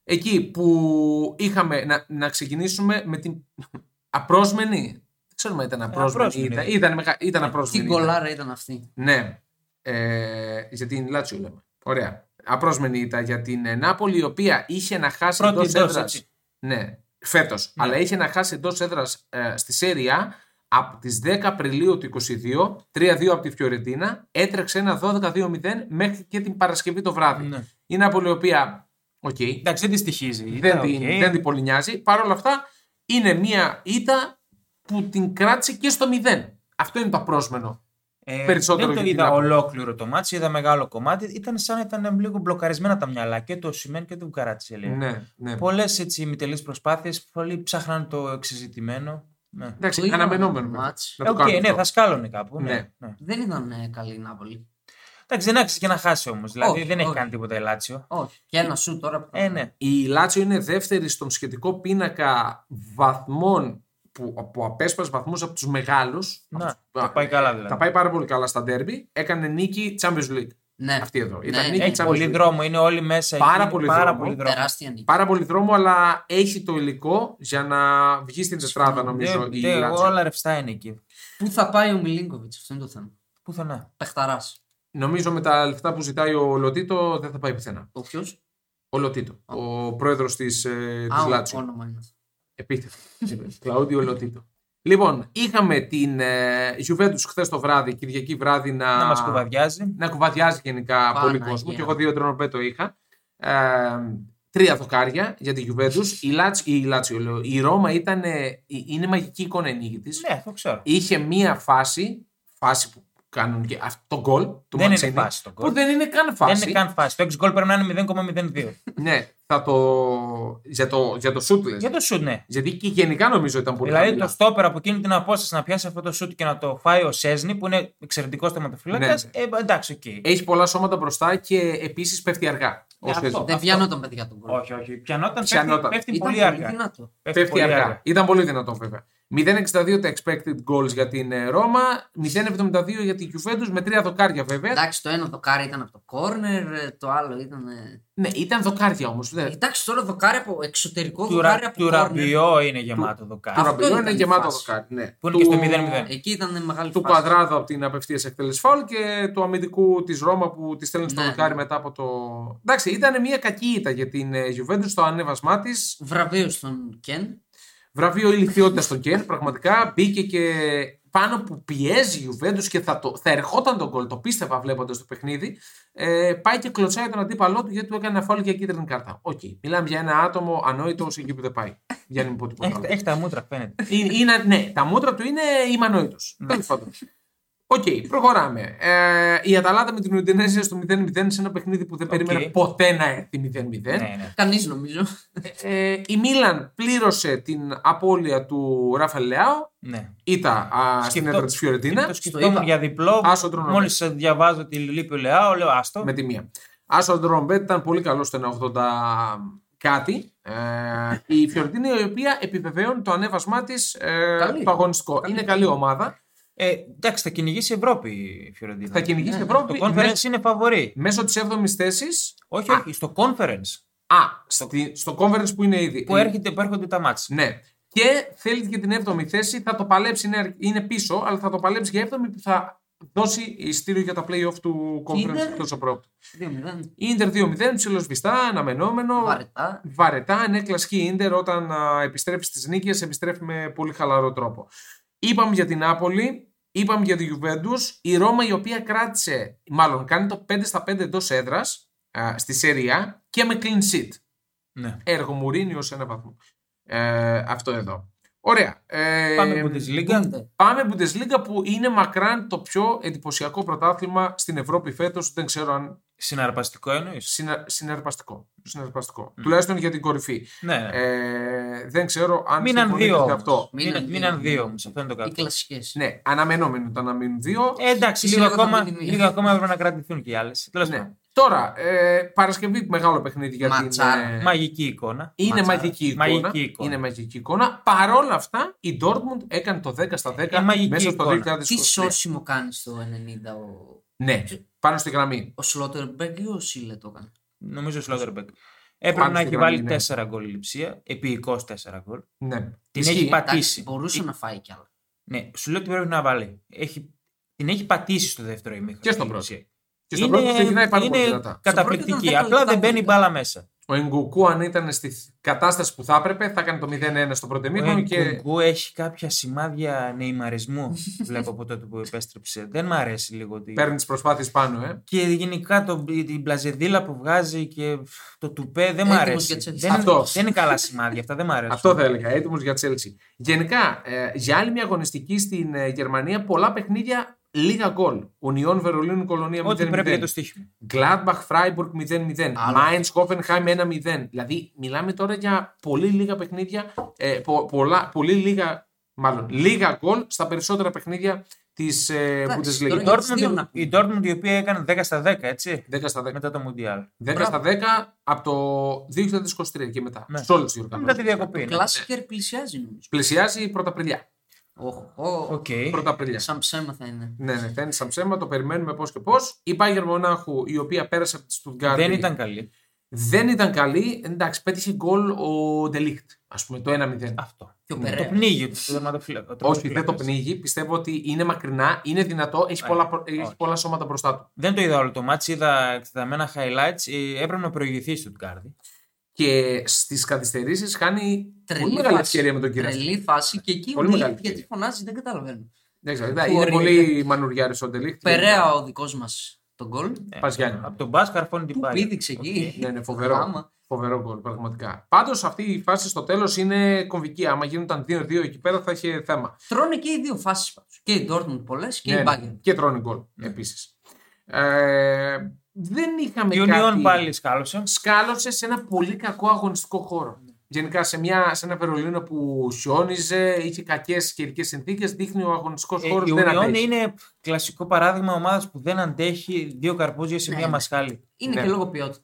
Speaker 1: Εκεί που είχαμε να, να ξεκινήσουμε με την *laughs* απρόσμενη. Δεν ξέρουμε αν ήταν απρόσμενη.
Speaker 2: απρόσμενη.
Speaker 1: Ήταν, ήταν, μεγα- ήταν
Speaker 3: Τι
Speaker 1: απρόσμενη.
Speaker 3: γκολάρα ήταν αυτή.
Speaker 1: Ναι. Ε, για την Λάτσιο λέμε. Ωραία. Απρόσμενη ήταν για την ε, Νάπολη, η οποία είχε να χάσει
Speaker 2: Πρώτη
Speaker 1: εντός
Speaker 2: εντός,
Speaker 1: έδρας.
Speaker 2: έτσι.
Speaker 1: Ναι, φέτος. Αλλά είχε να χάσει εντός έδρας ε, στη Σέρια από τις 10 Απριλίου του 22, 3-2 από τη Φιωρετίνα, έτρεξε ένα 12-2-0 μέχρι και την Παρασκευή το βράδυ.
Speaker 2: Ναι.
Speaker 1: Η Νάπολη, η οποία. Οκ.
Speaker 2: Εντάξει, δεν τη στοιχίζει.
Speaker 1: δεν,
Speaker 2: Ήταν
Speaker 1: την,
Speaker 2: οκ.
Speaker 1: δεν την πολύ νοιάζει. Παρ' όλα αυτά, είναι μια ήττα που την κράτησε και στο 0. Αυτό είναι το απρόσμενο.
Speaker 2: Ε,
Speaker 1: Περισσότερο
Speaker 2: δεν το
Speaker 1: για την
Speaker 2: είδα
Speaker 1: Νάπολη.
Speaker 2: ολόκληρο το μάτι, είδα μεγάλο κομμάτι. Ήταν σαν να ήταν λίγο μπλοκαρισμένα τα μυαλά και το Σιμέν και του Καράτσελη.
Speaker 1: Ναι, ναι.
Speaker 2: Πολλές έτσι ημιτελείς προσπάθειες, πολλοί ψάχναν το εξεζητημένο. Ναι.
Speaker 1: Εντάξει,
Speaker 3: Το είδαμε
Speaker 1: αναμενόμενο.
Speaker 3: το
Speaker 1: βέβαια.
Speaker 3: μάτς.
Speaker 1: Να
Speaker 2: Ε,
Speaker 1: το
Speaker 2: οκ,
Speaker 1: κάνουμε
Speaker 2: ναι,
Speaker 1: αυτό.
Speaker 2: θα σκάλωνε κάπου. Ναι.
Speaker 1: Ναι.
Speaker 2: ναι.
Speaker 3: Δεν ήταν ε, καλή η Νάπολη.
Speaker 2: Εντάξει, δεν άξιζε και να χάσει όμως. Δηλαδή
Speaker 3: Όχι,
Speaker 2: δεν έχει
Speaker 3: όχι.
Speaker 2: κάνει τίποτα η Λάτσιο.
Speaker 3: Όχι. Και ένα σου τώρα. που-
Speaker 2: Ε, ναι.
Speaker 1: Η Λάτσιο είναι δεύτερη στον σχετικό πίνακα βαθμών που, που απέσπασε βαθμούς από τους μεγάλους.
Speaker 2: Να,
Speaker 1: Από τους-
Speaker 2: τα πάει καλά δηλαδή.
Speaker 1: τα πάει πάρα πολύ καλά στα ντέρμπι. Έκανε νίκη Champions League. Ε,
Speaker 3: Ναι.
Speaker 1: Αυτή εδώ. Ήταν
Speaker 3: Ναι,
Speaker 1: νίκη
Speaker 2: Έχει
Speaker 1: Champions
Speaker 2: πολύ
Speaker 1: League.
Speaker 2: δρόμο, είναι όλοι μέσα.
Speaker 1: Πάρα
Speaker 2: εκεί,
Speaker 1: πολύ
Speaker 2: πάρα
Speaker 1: δρόμο.
Speaker 2: πολύ δρόμο.
Speaker 3: Τεράστια νίκη.
Speaker 1: Πάρα πολύ δρόμο, αλλά έχει το υλικό για να βγει στην τετράδα, νομίζω.
Speaker 2: Δεν-
Speaker 1: η
Speaker 2: δεν-
Speaker 1: Λάτσιο.
Speaker 2: ναι, όλα ρευστά είναι εκεί.
Speaker 3: Πού θα πάει ο Μιλίνκοβιτ, αυτό είναι το θέμα.
Speaker 2: Πουθενά.
Speaker 3: Πεχταράς.
Speaker 1: Νομίζω με τα λεφτά που ζητάει ο Λοτίτο δεν θα πάει πουθενά.
Speaker 3: Ο ποιος.
Speaker 1: Ο Λοτίτο, ο πρόεδρος της ε, της
Speaker 3: Α, ο
Speaker 1: Λάτσιο.
Speaker 3: όνομα είναι αυτό.
Speaker 1: Επίθετο. Κλαούντιο Λοτίτο. Λοιπόν, είχαμε την ε, Juventus χθες το βράδυ, Κυριακή βράδυ, να,
Speaker 2: Να μας κουβαδιάζει.
Speaker 1: να κουβαδιάζει γενικά πολύ
Speaker 3: Παναγία.
Speaker 1: κόσμο. Και εγώ δύο τρονοπέτο είχα. Ε, τρία δοκάρια για τη Juventus. Η, Λάτσ, η, Λάτσιο, λέω, η Ρώμα ήταν, ε, είναι μαγική εικόνα ενίκητης.
Speaker 2: Ναι, το ξέρω.
Speaker 1: Είχε μία φάση, φάση που κάνουν και αυτό το γκολ του
Speaker 2: Δεν
Speaker 1: Μαντσίνη,
Speaker 2: είναι φάση το γκολ.
Speaker 1: που δεν είναι καν φάση.
Speaker 2: Δεν είναι καν φάση. Το 6 γκολ πρέπει να είναι 0,02.
Speaker 1: Ναι, θα το... Για το, για το shoot, λες.
Speaker 2: Για το σουτ, ναι.
Speaker 1: Γιατί και γενικά νομίζω ήταν πολύ
Speaker 2: Δηλαδή
Speaker 1: χαμηλά.
Speaker 2: το στόπερ από εκείνη την απόσταση να πιάσει αυτό το σουτ και να το φάει ο Σέσνη που είναι εξαιρετικός θεματοφύλακας.
Speaker 1: Ναι,
Speaker 2: Ε, εντάξει, οκ.
Speaker 1: Έχει πολλά σώματα μπροστά και επίσης πέφτει αργά. Ο
Speaker 2: Ναι, αυτό.
Speaker 1: Σέζο.
Speaker 3: Δεν πιανόταν παιδιά τον γκολ.
Speaker 2: Όχι, όχι. Πιανόταν,
Speaker 1: Πιανόταν.
Speaker 2: πέφτει, πέφτει
Speaker 3: Ήταν
Speaker 2: πολύ αργά.
Speaker 3: δυνατό.
Speaker 1: Πέφτει
Speaker 2: πολύ
Speaker 1: αργά. Ήταν πολύ δυνατό βέβαια. 0,62 τα expected goals για την ε, Ρώμα, 0,72 για την Juventus με τρία δοκάρια βέβαια.
Speaker 3: Εντάξει, το ένα δοκάρι ήταν από το κόρνερ, το άλλο ήταν. ε,
Speaker 1: Ναι, ήταν δοκάρια όμως.
Speaker 3: Εντάξει, τώρα δοκάρι από εξωτερικό
Speaker 2: Του,
Speaker 3: δοκάρι
Speaker 2: ρα,
Speaker 3: από
Speaker 2: του
Speaker 3: κόρνερ.
Speaker 2: ραμπιό είναι γεμάτο δοκάρι.
Speaker 1: Του
Speaker 3: Αυτό
Speaker 1: Ραμπιό
Speaker 3: ήταν
Speaker 1: είναι
Speaker 3: η
Speaker 1: γεμάτο
Speaker 3: φάση.
Speaker 1: δοκάρια. Ναι.
Speaker 2: Που είναι και
Speaker 1: Του-
Speaker 2: στο 0-0.
Speaker 3: Εκεί ήταν μεγάλη
Speaker 1: Του
Speaker 3: φάση.
Speaker 1: Κουαδράδο από την απευθείας εκτέλεση φάουλ και του αμυντικού της Ρώμα που τη στέλνει στο
Speaker 3: Ναι,
Speaker 1: δοκάρι
Speaker 3: ναι.
Speaker 1: μετά από το. Εντάξει, ήταν μια κακή ήττα για την ε, Juventus το ανέβασμά της.
Speaker 3: Βραβείο στον Κεν.
Speaker 1: Βραβείο ηλικιότητας στον Κέρ. Πραγματικά μπήκε και πάνω που πιέζει η Ιουβέντους και θα, το, θα ερχόταν τον γκολ. Το πίστευα βλέποντας το παιχνίδι. Ε, πάει και κλωτσάει τον αντίπαλό του γιατί του έκανε ένα φάουλ για κίτρινη κάρτα. Οκ. Μιλάμε για ένα άτομο ανόητο ως εκεί που δεν πάει. Για να μην πω τίποτα
Speaker 2: Έχει,
Speaker 1: άλλο.
Speaker 2: έχει τα μούτρα, φαίνεται.
Speaker 1: Είναι- είναι- ναι, τα μούτρα του είναι ημανόητος. Τέλος πάντων. Οκ, προχωράμε. Ε, η Αταλάντα με την Ουντινέζια στο 0-0 σε ένα παιχνίδι που δεν περίμενε ποτέ να έρθει 0-0.
Speaker 2: ναι, ναι.
Speaker 3: Κανείς νομίζω.
Speaker 1: Ε, η Μίλαν πλήρωσε την απώλεια του Ράφαλ Λεάο.
Speaker 2: ναι.
Speaker 1: Ήταν α, στην
Speaker 2: Σκεφτό-
Speaker 1: έδρα της
Speaker 2: Το
Speaker 1: Φιωρεντίνα
Speaker 2: σκεφτόμουν
Speaker 3: είπα.
Speaker 2: για διπλό.
Speaker 1: Άσο τρώνε. Ναι.
Speaker 2: Μόλις διαβάζω ότι λείπει ο Λεάο, λέω άστο.
Speaker 1: με τη μία. Άσο Ντρομπέτ ήταν πολύ καλός στο 1,80 κάτι. Ε, η Φιωρεντίνα η οποία επιβεβαίωνε το ανέβασμά της ε,
Speaker 3: Καλή.
Speaker 1: το αγωνιστικό. Είναι καλή ομάδα.
Speaker 2: Ε, εντάξει, θα κυνηγήσει η Ευρώπη η Φιωρεντίνα.
Speaker 1: Θα κυνηγήσει την
Speaker 3: ναι,
Speaker 2: Το
Speaker 1: Ευρώπη.
Speaker 2: conference
Speaker 1: μέσω-
Speaker 2: είναι φαβορή.
Speaker 1: Μέσω της 7η θέσης.
Speaker 2: Όχι, όχι, στο conference
Speaker 1: Α, στη- στο conference που είναι ήδη.
Speaker 2: που, έρχεται, που έρχονται τα μάτς.
Speaker 1: Ναι. Και θέλει και την 7η θέση. Θα το παλέψει, είναι, αρ- είναι πίσω, αλλά θα το παλέψει για 7η που θα δώσει ειστήριο για τα playoff του conference
Speaker 3: Ίντερ.
Speaker 1: εκτός Ευρώπη.
Speaker 3: 2-0.
Speaker 1: Ίντερ 2-0, ψηλός βιστά, αναμενόμενο.
Speaker 3: Βαρετά.
Speaker 1: Βαρετά, είναι κλασική Ίντερ όταν α, επιστρέψει στις νίκες, επιστρέφει με πολύ χαλαρό τρόπο. Είπαμε για την Νάπολη, είπαμε για τη Γιουβέντους, η Ρώμα η οποία κράτησε, μάλλον κάνει το 5 στα 5 εντός έδρας α, στη Σέρια και με clean sheet.
Speaker 2: Ναι.
Speaker 1: Έργο Μουρίνιο σε ένα βαθμό. Ε, αυτό εδώ. Ωραία. Ε,
Speaker 2: Πάμε Bundesliga.
Speaker 3: Γκάντε.
Speaker 1: Πάμε Bundesliga που είναι μακράν το πιο εντυπωσιακό πρωτάθλημα στην Ευρώπη φέτος. Δεν ξέρω αν
Speaker 2: Συναρπαστικό εννοείς.
Speaker 1: συνα, συναρπαστικό. συναρπαστικό. Τουλάχιστον για την κορυφή.
Speaker 2: Ναι. ναι.
Speaker 1: Ε, δεν ξέρω αν
Speaker 2: Μείναν
Speaker 1: συμφωνείτε
Speaker 2: δύο.
Speaker 1: σε αυτό.
Speaker 2: όμως. Μείναν,
Speaker 3: Μείναν
Speaker 2: μείναν
Speaker 3: δύο.
Speaker 2: δύο Ε, όμω. Αυτό είναι το
Speaker 3: Οι
Speaker 2: κακό.
Speaker 3: κλασικές.
Speaker 1: Ναι, αναμενόμενο ήταν να μείνουν δύο.
Speaker 2: Ε, εντάξει,
Speaker 3: Τις
Speaker 2: λίγο
Speaker 3: λίγο θα
Speaker 2: ακόμα,
Speaker 3: μείνει μία.
Speaker 2: λίγο ακόμα έπρεπε να κρατηθούν και οι άλλες. Τέλος
Speaker 1: ναι. Τώρα, ε, Παρασκευή μεγάλο παιχνίδι για
Speaker 3: Ματσάρα.
Speaker 1: την. ε,
Speaker 2: Μαγική εικόνα.
Speaker 1: είναι
Speaker 3: ματσάρα.
Speaker 1: μαγική εικόνα.
Speaker 2: Μαγική εικόνα.
Speaker 1: Είναι μαγική εικόνα. Παρόλα αυτά, η Dortmund έκανε το 10 στα 10
Speaker 2: Ε, μαγική
Speaker 1: μέσα στο
Speaker 2: εικόνα.
Speaker 1: 2023.
Speaker 3: Τι σώσιμο κάνεις στο 90 ο,
Speaker 1: Ναι, πάνω στη γραμμή.
Speaker 3: ο Σλότερμπεργκ ή ο Σίλε το έκανε.
Speaker 2: Νομίζω ο Σλότερμπεκ. Έπρεπε
Speaker 1: Πάνω
Speaker 2: να
Speaker 1: στη
Speaker 2: έχει
Speaker 1: γραμμή,
Speaker 2: βάλει
Speaker 1: ναι.
Speaker 2: 4 γκολ η λειψία. Επίοικος 4 γκολ.
Speaker 1: Ναι.
Speaker 2: Την
Speaker 1: Ισχύει.
Speaker 2: έχει πατήσει.
Speaker 3: Εντάξει, μπορούσε να φάει κι άλλο.
Speaker 2: Ναι, σου λέω ότι πρέπει να βάλει. Έχει... Την έχει πατήσει στο δεύτερο ημίχρονο.
Speaker 1: Και στον
Speaker 2: η
Speaker 1: πρώτο.
Speaker 2: Λειψία.
Speaker 1: Και στον πρώτο ξεκινάει πάρα πολύ
Speaker 2: είναι
Speaker 1: δυνατά.
Speaker 3: Στον πρώτο
Speaker 2: Καταπληκτική.
Speaker 3: ήταν
Speaker 2: Απλά δεν
Speaker 3: δέκα
Speaker 2: μπαίνει η
Speaker 3: λεπτά.
Speaker 2: μπάλα μέσα.
Speaker 1: Ο Εγκουκού, αν ήταν στη κατάσταση που θα έπρεπε, θα έκανε το 0-1 στον πρώτο
Speaker 2: Ο
Speaker 1: εμίχρονο και
Speaker 2: Ενκουγκού έχει κάποια σημάδια
Speaker 1: *laughs*
Speaker 2: νεϊμαρισμού. Βλέπω από τότε που επέστρεψε. Δεν μ' αρέσει λίγο. ότι-
Speaker 1: παίρνει τις προσπάθειες πάνω. Ε.
Speaker 2: Και γενικά το, την πλαζεδίλα που βγάζει και το τουπέ δεν μ'
Speaker 3: Έτοιμος
Speaker 2: αρέσει.
Speaker 3: για Chelsea.
Speaker 2: Δεν,
Speaker 1: Αυτός.
Speaker 2: δεν είναι καλά σημάδια αυτά, δεν μ' αρέσουν.
Speaker 1: Αυτό θα έλεγα. Έτοιμος για Chelsea. Γενικά, ε, για άλλη μια αγωνιστική στην ε, Γερμανία, πολλά παιχνίδια, λίγα γκολ. Ουνιών Βερολίνου Κολονία 0-0.
Speaker 2: Ό,τι πρέπει για το στοίχημα.
Speaker 1: Gladbach Freiburg 0-0.
Speaker 3: Άλλο.
Speaker 1: Mainz Hoffenheim 1-0. Δηλαδή, μιλάμε τώρα για πολύ λίγα παιχνίδια. Ε, πο- πολλά, πολύ λίγα, μάλλον λίγα γκολ στα περισσότερα παιχνίδια της ε,
Speaker 3: Εντάξει,
Speaker 1: Bundesliga.
Speaker 2: Η
Speaker 3: Για τις
Speaker 2: Dortmund-
Speaker 3: δύο να πούμε.
Speaker 2: Η Dortmund η οποία έκανε 10 στα 10, έτσι.
Speaker 1: 10 στα 10.
Speaker 2: Μετά το Mundial.
Speaker 1: 10 στα 10 από το 2023 και μετά.
Speaker 2: Ναι.
Speaker 1: Σε όλες τις
Speaker 2: Μετά τη
Speaker 1: διοργανώσει.
Speaker 2: διακοπή. ναι.
Speaker 3: Κλάσικερ πλησιάζει νομίζω.
Speaker 1: Πλησιάζει η Πρωταπριλιά.
Speaker 3: Οχ, οχ,
Speaker 2: Οκ.
Speaker 1: Πρωταπριλιά.
Speaker 3: Σαν ψέμα θα είναι.
Speaker 1: Ναι, ναι, θα είναι σαν ψέμα, το περιμένουμε πώς και πώς. Η Bayern Μονάχου, η οποία πέρασε από τη Στουτγκάρδη,
Speaker 2: Δεν ήταν καλή.
Speaker 1: δεν ήταν καλή. Εντάξει, πέτυχε γκολ ο Ντελίχτ, ας πούμε, το 1-0.
Speaker 2: Αυτό.
Speaker 3: Και ο
Speaker 1: Ναι.
Speaker 2: Το
Speaker 3: Περέα.
Speaker 2: πνίγει του τερματοφύλακα.
Speaker 1: Όχι, δεν το πνίγει. Πιστεύω ότι είναι μακρινά, είναι δυνατό, έχει,
Speaker 2: Ε,
Speaker 1: πολλά, προ-
Speaker 2: όχι.
Speaker 1: έχει πολλά σώματα μπροστά του.
Speaker 2: Δεν το είδα όλο το μάτς, είδα εκτεταμένα highlights. Ε, Έπρεπε να προηγηθεί η Στουτγκάρδη.
Speaker 1: Και στις καθυστερήσεις χάνει
Speaker 3: Τρελή
Speaker 1: πολύ μεγάλη
Speaker 3: φάση.
Speaker 1: ευκαιρία με τον κύριο.
Speaker 3: Τρελή φάση και εκεί
Speaker 1: Πολύ
Speaker 3: ο
Speaker 1: μεγάλη
Speaker 3: Ντελίχτ γιατί
Speaker 1: ευκαιρία. Ναι,
Speaker 3: φωνάζει δεν καταλαβαίνω.
Speaker 1: Δεν ξέρω, εντάξει,
Speaker 3: Μπορεί.
Speaker 1: είναι πολύ μανουριάρη ο Ντελίχτ.
Speaker 3: Περέα ο δικός μας τον γκολ.
Speaker 2: Ε,
Speaker 1: Παζιάννη.
Speaker 2: Από τον Μπάσκαρ φώνει την
Speaker 3: Του
Speaker 2: πάλι.
Speaker 3: πήδηξε εκεί.
Speaker 1: Ναι, ναι, φοβερό.
Speaker 3: Άμα.
Speaker 1: Φοβερό γκολ, πραγματικά. Πάντως αυτή η φάση στο τέλος είναι κομβική. Άμα γίνονταν 2-2 εκεί πέρα θα είχε θέμα.
Speaker 3: Τρώνε και οι δύο φάσεις Και η Ντόρτμουντ πολλές και
Speaker 1: Ναι,
Speaker 3: η Ναι.
Speaker 1: ναι.
Speaker 3: Μπάγκερ.
Speaker 1: Και τρώνε γκολ επίσης. Ε, δεν είχαμε
Speaker 2: Η Union
Speaker 1: κάτι...
Speaker 2: πάλι σκάλωσε.
Speaker 1: Σκάλωσε σε ένα πολύ κακό αγωνιστικό χώρο.
Speaker 3: Ναι.
Speaker 1: Γενικά σε, μια, σε ένα Βερολίνο που χιόνιζε, είχε κακές καιρικές συνθήκες, δείχνει ο αγωνιστικός
Speaker 2: Ε,
Speaker 1: χώρος
Speaker 2: η
Speaker 1: δεν
Speaker 2: Union
Speaker 1: αντέχει.
Speaker 2: είναι κλασικό παράδειγμα ομάδας που δεν αντέχει δύο καρπούζια σε
Speaker 3: Ναι,
Speaker 2: μία
Speaker 3: ναι.
Speaker 2: μασχάλη.
Speaker 3: Είναι
Speaker 1: Ναι.
Speaker 3: και λόγω ποιότητας.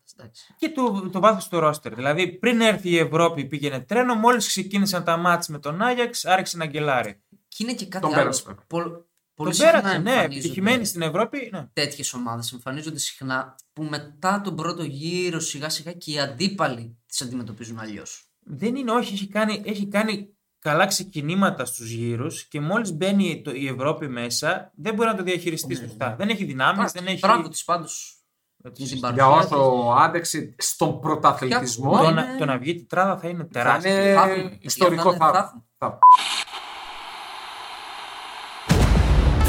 Speaker 2: Και το, το βάθος του ρόστερ. Δηλαδή, πριν έρθει η Ευρώπη, πήγαινε τρένο. Μόλις ξεκίνησαν τα μάτς με τον Άγιαξ, άρχισε να γκελάρει.
Speaker 3: Και είναι και κάτι
Speaker 1: Τον πέρασε,
Speaker 3: άλλο.
Speaker 1: βέβαια.
Speaker 3: Πολ-
Speaker 2: Τον
Speaker 3: Πολύ συχνά
Speaker 2: πέρασε, ναι, επιτυχημένοι
Speaker 3: εμφανίζονται
Speaker 2: στην Ευρώπη. Ναι.
Speaker 3: τέτοιες ομάδες. Εμφανίζονται συχνά που μετά τον πρώτο γύρο σιγά σιγά και οι αντίπαλοι τις αντιμετωπίζουν αλλιώς.
Speaker 2: Δεν είναι, όχι, έχει κάνει, έχει κάνει καλά ξεκινήματα στους γύρους και μόλις μπαίνει το, η Ευρώπη μέσα δεν μπορεί να το διαχειριστείς σωστά. Δεν έχει δυνάμεις, δεν έχει...
Speaker 3: Ναι, Μπράβο της πάντως. Για την
Speaker 1: Για
Speaker 3: παρουσία της.
Speaker 1: όσο άντεξε στον πρωταθλητισμό,
Speaker 2: Το,
Speaker 3: Ποια-
Speaker 2: να, το να βγει τετράδα θα είναι
Speaker 1: θα
Speaker 2: τεράστιο. Ε,
Speaker 1: είναι
Speaker 3: Θαύμα.
Speaker 1: ιστορικό
Speaker 3: Για να είναι
Speaker 1: θαύμα. θαύμα.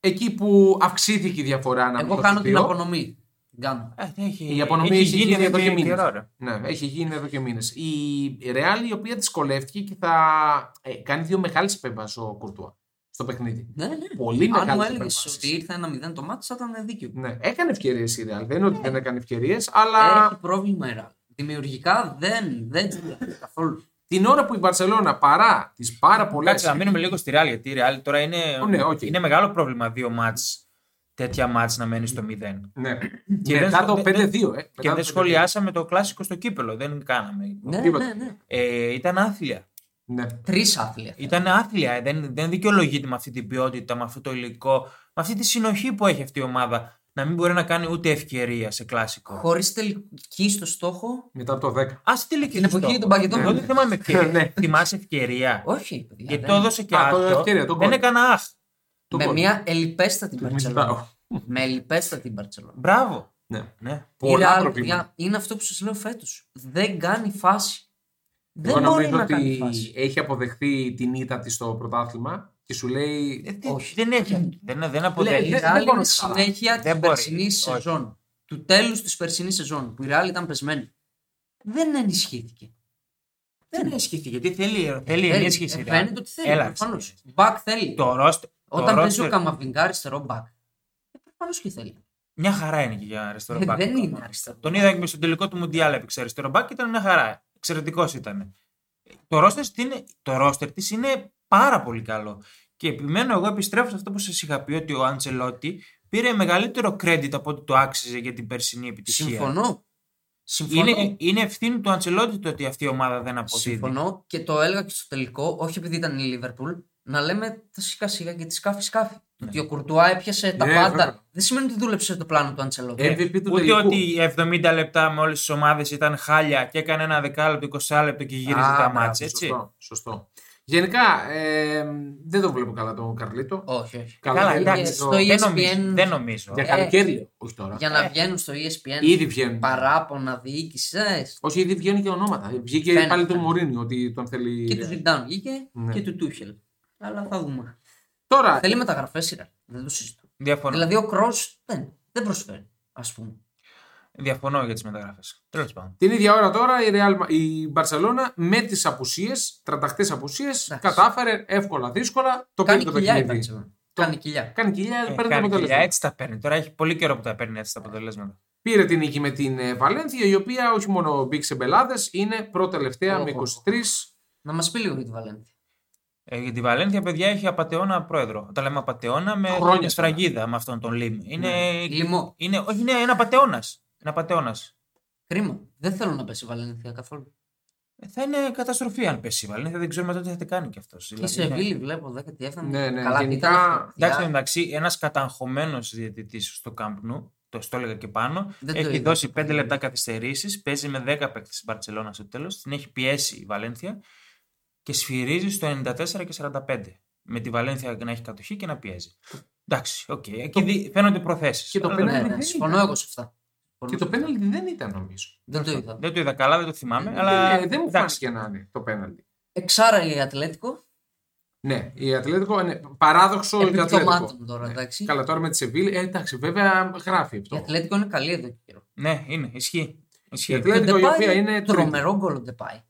Speaker 1: εκεί που αυξήθηκε η διαφορά ανάμεσα
Speaker 3: Εγώ
Speaker 1: στους
Speaker 3: κάνω την
Speaker 1: δύο.
Speaker 3: απονομή. Την κάνω.
Speaker 2: Ε, δεν έχει,
Speaker 1: Η απονομή έχει γίνει εδώ και μήνες.
Speaker 2: καιρό, ρε.
Speaker 1: Ναι, έχει γίνει εδώ και μήνες. Η Ρεάλ η οποία δυσκολεύτηκε και θα ε, κάνει δύο μεγάλες επέμβασεις ο Κουρτουά. στο παιχνίδι.
Speaker 3: Ναι, ναι.
Speaker 1: Πολύ
Speaker 3: Αν μου
Speaker 1: μεγάλε
Speaker 3: έλεγε
Speaker 1: υπερβάσεις.
Speaker 3: ότι ήρθε ένα 0 το μάτι, θα ήταν δίκιο.
Speaker 1: Ναι, έκανε ευκαιρίες η Real. Δεν είναι ότι δεν έκανε ευκαιρίες, αλλά
Speaker 3: Έχει πρόβλημα η Real. Δημιουργικά δεν,
Speaker 1: *laughs*
Speaker 3: δεν δουλεύει καθόλου.
Speaker 1: την ώρα που η Μπαρσελόνα παρά τις πάρα πολλέ.
Speaker 2: Εντάξει, να μείνουμε λίγο στη Real, γιατί η Real τώρα είναι,
Speaker 1: Ναι, οκ.
Speaker 2: είναι μεγάλο πρόβλημα δύο μάτς, τέτοια μάτς να μένει στο 0.
Speaker 1: Ναι.
Speaker 2: Και
Speaker 1: Μετά
Speaker 2: δεν-
Speaker 1: το
Speaker 2: δεν-
Speaker 1: 5-2, ε.
Speaker 2: Και δεν σχολιάσαμε το κλασικό στο κύπελο, δεν κάναμε.
Speaker 3: Ναι,
Speaker 1: Τίποτα.
Speaker 3: ναι, ναι.
Speaker 2: Ε, ήταν άθλια.
Speaker 1: Ναι.
Speaker 3: Τρεις άθλια.
Speaker 2: Ήταν άθλια. ε, Δεν, δεν δικαιολογείται με αυτή την ποιότητα, με αυτό το υλικό, με αυτή τη συνοχή που έχει αυτή η ομάδα να μην μπορεί να κάνει ούτε ευκαιρία σε κλασικό.
Speaker 3: Χωρίς τελική στο στόχο.
Speaker 1: Μετά από το 10.
Speaker 2: Α τη λέει και
Speaker 3: Την
Speaker 2: στο
Speaker 3: εποχή
Speaker 2: στόχο.
Speaker 3: των παγκετών.
Speaker 2: Εγώ δεν θυμάμαι
Speaker 1: *laughs* Ναι.
Speaker 2: ευκαιρία. Θυμάσαι ευκαιρία.
Speaker 3: Όχι, παιδιά.
Speaker 2: Γιατί
Speaker 3: Ε, δεν.
Speaker 2: το έδωσε και
Speaker 1: Α, το
Speaker 2: αυτό.
Speaker 1: ευκαιρία, το
Speaker 2: Δεν
Speaker 1: γκολ.
Speaker 2: έκανα αχ.
Speaker 1: Το
Speaker 3: Με
Speaker 1: γκολ.
Speaker 3: μια ελιπέστατη
Speaker 1: Του
Speaker 3: Μπαρσελόνα.
Speaker 1: Μιλτάου.
Speaker 3: Με ελιπέστατη Μπαρσελόνα.
Speaker 2: Μπράβο.
Speaker 1: Ναι.
Speaker 2: Ναι.
Speaker 1: Πολλά
Speaker 3: Η Real,
Speaker 1: προβλήματα.
Speaker 3: παιδιά, Είναι αυτό που σας λέω φέτος. Δεν κάνει φάση.
Speaker 1: Εγώ
Speaker 3: Δεν μπορεί
Speaker 1: νομίζω
Speaker 3: να κάνει
Speaker 1: ότι
Speaker 3: φάση.
Speaker 1: έχει αποδεχθεί την ήττα της στο πρωτάθλημα και σου λέει.
Speaker 2: Ε, τι-
Speaker 3: Όχι.
Speaker 2: Δεν έχει. Δεν, δεν
Speaker 3: Λέει,
Speaker 2: αποδέχεται.
Speaker 3: η
Speaker 1: δεν- δεν
Speaker 3: Real
Speaker 1: μπορώ
Speaker 3: είναι
Speaker 1: να καταλάβω.
Speaker 3: συνέχεια
Speaker 2: Δεν
Speaker 3: της
Speaker 2: μπορεί.
Speaker 3: περσινής
Speaker 2: Όχι.
Speaker 3: σεζόν. Του τέλους της περσινής σεζόν που η Real ήταν πεσμένη. Δεν ενισχύθηκε.
Speaker 2: Δεν ενισχύθηκε. Γιατί θέλει, θέλει
Speaker 3: Θέλει.
Speaker 2: ενίσχυση.
Speaker 3: Ε,
Speaker 2: ρε.
Speaker 3: Φαίνεται ότι θέλει.
Speaker 2: Έλα,
Speaker 3: Προφανώς.
Speaker 2: ξέρεις.
Speaker 3: Μπακ θέλει.
Speaker 2: Το ρόστερ.
Speaker 3: Όταν παίζει ο Καμαβιγκά αριστερό μπακ. Προφανώς και θέλει. Δεν
Speaker 2: Μια χαρά είναι και για αριστερό μπακ.
Speaker 3: Ε, δεν είναι αριστερό.
Speaker 2: Τον είδα και στο τελικό του Μουντιάλ έπαιξε αριστερό μπακ και ήταν μια χαρά. Εξαιρετικός ήταν. Το ρόστερ, τι είναι, το ρόστερ της είναι πάρα πολύ καλό. Και επιμένω, εγώ επιστρέφω σε αυτό που σας είχα πει ότι ο Αντσελότη πήρε μεγαλύτερο credit από ό,τι το άξιζε για την περσινή επιτυχία.
Speaker 3: Συμφωνώ. Συμφωνώ.
Speaker 2: Είναι, είναι ευθύνη του Αντσελότη το ότι αυτή η ομάδα δεν αποδίδει.
Speaker 3: Συμφωνώ και το έλεγα και στο τελικό, όχι επειδή ήταν η Λίβερπουλ, να λέμε τα σιγά σιγά και τη σκάφη σκάφη.
Speaker 2: Ναι.
Speaker 3: Ότι ο Κουρτουά έπιασε τα
Speaker 1: Ναι,
Speaker 3: πάντα.
Speaker 1: βέβαια.
Speaker 3: Δεν σημαίνει ότι δούλεψε το πλάνο του Αντσελότη.
Speaker 1: MVP του
Speaker 2: Ούτε
Speaker 1: τελικού.
Speaker 2: ότι οι 70 λεπτά με όλες τις ομάδες ήταν χάλια και έκανε ένα δεκάλεπτο, 20 λεπτό και γύριζε
Speaker 1: Α,
Speaker 2: τα
Speaker 1: μπράβο,
Speaker 2: μάτια. Έτσι.
Speaker 1: Σωστό, σωστό. Γενικά, ε, δεν το βλέπω καλά τον Καρλίτο.
Speaker 3: όχι, όχι.
Speaker 2: Καλά,
Speaker 1: δεν
Speaker 2: εντάξει,
Speaker 1: νομίζω.
Speaker 3: στο-
Speaker 2: Δεν
Speaker 3: ESPN.
Speaker 2: νομίζω. Δεν νομίζω.
Speaker 1: Για
Speaker 3: Ε,
Speaker 1: καλοκαίρι, όχι τώρα.
Speaker 3: Για να βγαίνουν στο E ESPN
Speaker 1: Ήδη βγαίνουν.
Speaker 3: παράπονα διοίκηση. ε,
Speaker 1: Όχι, ήδη βγαίνουν και ονόματα. Βγήκε
Speaker 3: Φαίνεται.
Speaker 1: πάλι το Μωρίνι ότι τον θέλει.
Speaker 3: Και του Ζιντάν βγήκε
Speaker 1: Ναι.
Speaker 3: και του Τούχελ. Αλλά θα δούμε.
Speaker 1: Τώρα,
Speaker 3: Θέλει μεταγραφές σειρά. Δεν το συζητώ.
Speaker 2: Διαφωνώ.
Speaker 3: Δηλαδή ο Κρό δεν, δεν προσφέρει, ας πούμε.
Speaker 2: Διαφωνώ για τις μεταγραφές. Τέλος πάντων.
Speaker 1: την ίδια ώρα τώρα η, Real, η Barcelona με τις απουσίες, τρανταχτές απουσίες,
Speaker 3: Εντάξει.
Speaker 1: κατάφερε εύκολα, δύσκολα το πήρε
Speaker 3: Κάνει
Speaker 1: το
Speaker 3: κοιλιά η
Speaker 1: παιχνίδι.
Speaker 3: Μπαρτσελόνα. Κάνει κοιλιά.
Speaker 1: Κάνει κοιλιά,
Speaker 2: Ε,
Speaker 1: παίρνει τα
Speaker 2: κάνει
Speaker 1: αποτελέσματα.
Speaker 2: κοιλιά, έτσι τα παίρνει. Τώρα έχει πολύ καιρό που τα παίρνει έτσι τα αποτελέσματα.
Speaker 1: Πήρε την νίκη με την ε, Βαλένθια, η οποία όχι μόνο μπήκε μπελάδε, είναι πρώτα-τελευταία με
Speaker 3: Οχο.
Speaker 1: 23.
Speaker 3: Να μας πει λίγο για τη Βαλένθια.
Speaker 2: Ε, για τη Βαλένθια, παιδιά, έχει απαταιώνα πρόεδρο. Όταν λέμε απαταιώνα, με
Speaker 1: Χρόνια Ναι.
Speaker 2: με σφραγίδα με αυτόν τον Λιμ. Είναι,
Speaker 1: Ε,
Speaker 3: Λιμό.
Speaker 2: είναι, όχι, είναι ένα απαταιώνας. Ένα απαταιώνας.
Speaker 3: Κρίμα. Δεν θέλω να πέσει η Βαλένθια καθόλου.
Speaker 2: Ε, Θα είναι καταστροφή αν πέσει η Βαλένθια. Δεν ξέρουμε τότε τι θα την κάνει κι αυτός.
Speaker 3: Και σε Βίλη βλέπω 17.
Speaker 1: Δηλαδή, Ναι, ναι,
Speaker 3: Καλά,
Speaker 1: γενικά-
Speaker 3: ήταν
Speaker 2: Εντάξει,
Speaker 3: αυτή.
Speaker 2: εντάξει, ένας καταγχωμένος διαιτητής στο Camp Nou, το στο έλεγα και πάνω,
Speaker 3: Δεν το
Speaker 2: έχει
Speaker 3: είδα.
Speaker 2: δώσει 5 λεπτά καθυστερήσεις, παίζει με 10 παίκτε στην Παρσελόνα στο τέλος, την έχει πιέσει η Βαλένθια και σφυρίζει στο 94 και 45. Με τη Βαλένθια να έχει κατοχή και να πιέζει. Εντάξει, οκ. Εκεί δι- φαίνονται προθέσεις.
Speaker 1: Και το
Speaker 3: Ναι,
Speaker 1: πέναλτι
Speaker 3: ναι,
Speaker 1: δεν
Speaker 3: Συμφωνώ
Speaker 1: ήταν.
Speaker 3: εγώ σε αυτά.
Speaker 1: Και το πέναλτι δεν ήταν, νομίζω.
Speaker 3: Δεν το είδα.
Speaker 2: Δεν το είδα καλά, δεν το θυμάμαι. αλλά...
Speaker 1: Ε, δεν μου
Speaker 2: εντάξει.
Speaker 1: φάνηκε να είναι το πέναλτι.
Speaker 3: Εξάρα η Ατλέτικο.
Speaker 1: Ναι, η Ατλέτικο είναι παράδοξο η Ατλέτικο.
Speaker 3: Επιπτωμάτων Ε, τώρα,
Speaker 1: Ναι.
Speaker 3: εντάξει.
Speaker 1: Καλά, τώρα με τη Σεβίλη. Ε, εντάξει, βέβαια γράφει
Speaker 3: Η
Speaker 1: αυτό.
Speaker 3: Ατλέτικο είναι καλή εδώ και καιρό.
Speaker 2: Ναι, είναι, ισχύει. ισχύει.
Speaker 1: Η Ατλέτικο,
Speaker 3: Ο
Speaker 1: η οποία
Speaker 3: Ντεπάη,
Speaker 1: είναι τρίτη.
Speaker 3: Τρομερό γκολ ο Ντεπάη.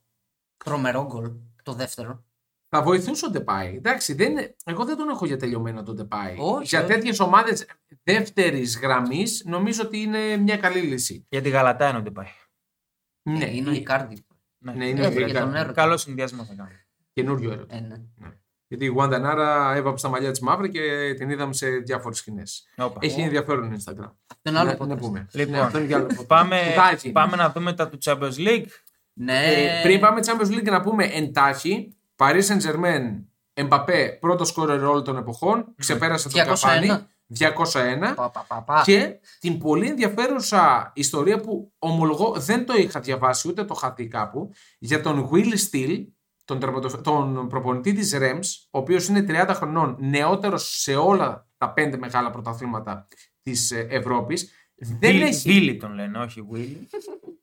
Speaker 3: Τρομερό γκολ το δεύτερο.
Speaker 1: Θα βοηθούσε ο Ντεπάη. Εντάξει, δεν είναι- εγώ δεν τον έχω για τελειωμένο τον Ντεπάη.
Speaker 3: Όχι,
Speaker 1: Για
Speaker 3: όχι.
Speaker 1: τέτοιες ομάδες δεύτερης γραμμής νομίζω ότι είναι μια καλή λύση.
Speaker 2: Για τη Γαλατά εννοείται πάει.
Speaker 1: Ναι,
Speaker 3: Ε, Είναι ο Ικάρντι.
Speaker 1: ναι, είναι
Speaker 3: Ε, για
Speaker 1: ιδρυτικά.
Speaker 3: τον έρωτα.
Speaker 2: Καλό συνδυασμό θα κάνω.
Speaker 1: Καινούριο έρωτα.
Speaker 3: Ε, ναι.
Speaker 1: Γιατί η Γουαντανάρα έβαψε τα μαλλιά της μαύρη και την είδαμε σε διάφορες σκηνές.
Speaker 2: Όπα.
Speaker 1: Έχει ενδιαφέρον Instagram.
Speaker 3: Αυτό είναι άλλο
Speaker 1: να, να
Speaker 3: podcast.
Speaker 1: πούμε.
Speaker 2: Λοιπόν,
Speaker 1: Ναι, αυτό είναι για άλλο podcast.
Speaker 2: Πάμε,
Speaker 1: Κουτάκι.
Speaker 2: πάμε να δούμε τα του Champions League.
Speaker 3: Ναι.
Speaker 1: Ε, πριν πάμε Champions League να πούμε εντάχει Paris Saint Germain Εμπαπέ πρώτο σκόρερ όλων των εποχών Ξεπέρασε τον
Speaker 3: 201.
Speaker 1: Καβάνι 201
Speaker 3: Πα, πα, πα, πα.
Speaker 1: Και την πολύ ενδιαφέρουσα ιστορία που ομολογώ δεν το είχα διαβάσει ούτε το είχα δει κάπου για τον Will Steele, τον, τερματοφ- τον προπονητή της Rams, ο οποίος είναι 30 χρονών, νεότερος σε όλα τα πέντε μεγάλα πρωταθλήματα της ε, Ευρώπης. Δεν
Speaker 2: Βίλι-
Speaker 1: έχει
Speaker 2: Βίλι τον λένε, όχι Βίλι.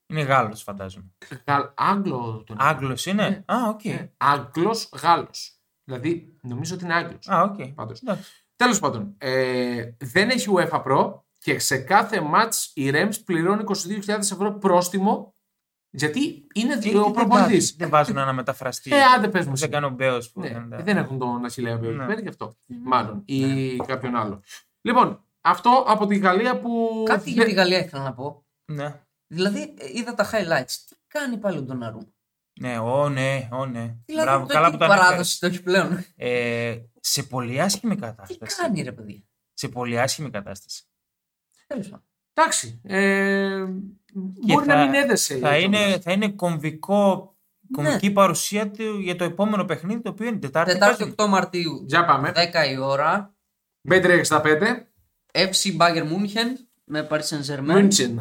Speaker 2: είναι Γάλλος φαντάζομαι.
Speaker 1: Γαλλ- Άγγλο τον
Speaker 2: Άγγλος είναι.
Speaker 1: Ναι.
Speaker 2: Α, οκ.
Speaker 1: Ε, Άγγλος Γάλλος. Δηλαδή, νομίζω ότι είναι Άγγλος.
Speaker 2: Α, οκ.
Speaker 1: Πάντως.
Speaker 2: Εντάξει.
Speaker 1: Τέλος πάντων, ε, δεν έχει UEFA Pro και σε κάθε match η Rams πληρώνει 22.000 ευρώ πρόστιμο Γιατί είναι
Speaker 2: Τι-
Speaker 1: ο
Speaker 2: τι-
Speaker 1: προπονητής.
Speaker 2: Δεν βάζουν ένα μεταφραστή.
Speaker 1: Ε, άντε πες μου.
Speaker 2: Μου σε κάνω μπέος που
Speaker 1: Ναι,
Speaker 2: έκανε τα-
Speaker 1: δεν έχουν τον Αχιλέα Μπέος.
Speaker 2: Ναι.
Speaker 1: Ναι. γι' αυτό. Μάλλον. Ή κάποιον άλλο. Λοιπόν, αυτό από τη Γαλλία που. Ναι,
Speaker 3: Κάτι για τη Γαλλία ήθελα να πω.
Speaker 2: Ναι.
Speaker 3: Δηλαδή, ε, είδα τα highlights. Τι κάνει πάλι ο Ντοναρούμα.
Speaker 2: Ναι, ω ναι, ω ναι.
Speaker 3: Δηλαδή,
Speaker 2: Μπράβο,
Speaker 3: το
Speaker 2: καλά
Speaker 3: τι
Speaker 2: που το ανέφερες.
Speaker 3: παράδοση το έχει πλέον.
Speaker 2: Ε, σε πολύ άσχημη
Speaker 3: Τι
Speaker 2: κατάσταση.
Speaker 3: κάνει, ρε παιδί.
Speaker 2: Σε πολύ άσχημη κατάσταση.
Speaker 3: Τέλος πάντων.
Speaker 1: Εντάξει. Ε,
Speaker 2: Και
Speaker 1: μπορεί
Speaker 2: θα-
Speaker 1: να μην έδεσε.
Speaker 2: Θα είναι, θα είναι κομβικό,
Speaker 1: Ναι.
Speaker 2: κομβική παρουσία του για το επόμενο παιχνίδι, το οποίο είναι Τετάρτη.
Speaker 3: Τετάρτη
Speaker 2: παίζουν.
Speaker 3: 8 Μαρτίου,
Speaker 1: Για πάμε.
Speaker 3: 10 η ώρα.
Speaker 1: Μπέντρε 65.
Speaker 3: FC Bayern München με Paris Saint Germain.
Speaker 1: Μίντσιν.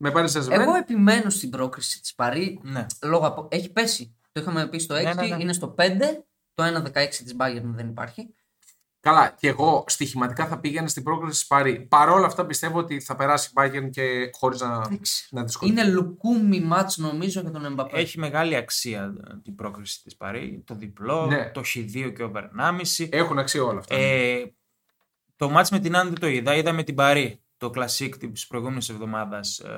Speaker 1: Με πάρει σε
Speaker 3: Ναι. Εγώ επιμένω στην πρόκριση της Παρή.
Speaker 2: Ναι.
Speaker 3: Λόγω από... Έχει πέσει. Το είχαμε πει στο 6,
Speaker 2: Ναι, ναι, ναι.
Speaker 3: είναι στο 5. Το 1-16 της Bayern δεν υπάρχει.
Speaker 1: Καλά. Και εγώ στοιχηματικά θα πήγαινα στην πρόκληση τη Παρή. Παρ' όλα αυτά πιστεύω ότι θα περάσει η Bayern και χωρίς να,
Speaker 3: Ναι.
Speaker 1: να δυσκολευτεί.
Speaker 3: Είναι λουκούμι μάτς νομίζω για τον
Speaker 1: Ε.
Speaker 3: Mbappé.
Speaker 2: Έχει μεγάλη αξία ε, την πρόκριση της Παρή. Το διπλό,
Speaker 1: Ναι.
Speaker 2: το χ2 και over 1,5.
Speaker 1: Έχουν αξία όλα αυτά.
Speaker 2: Ε, το μάτς με την Άν δεν το είδα. Είδα με την Παρή το κλασίκ της προηγούμενης εβδομάδας. Ε,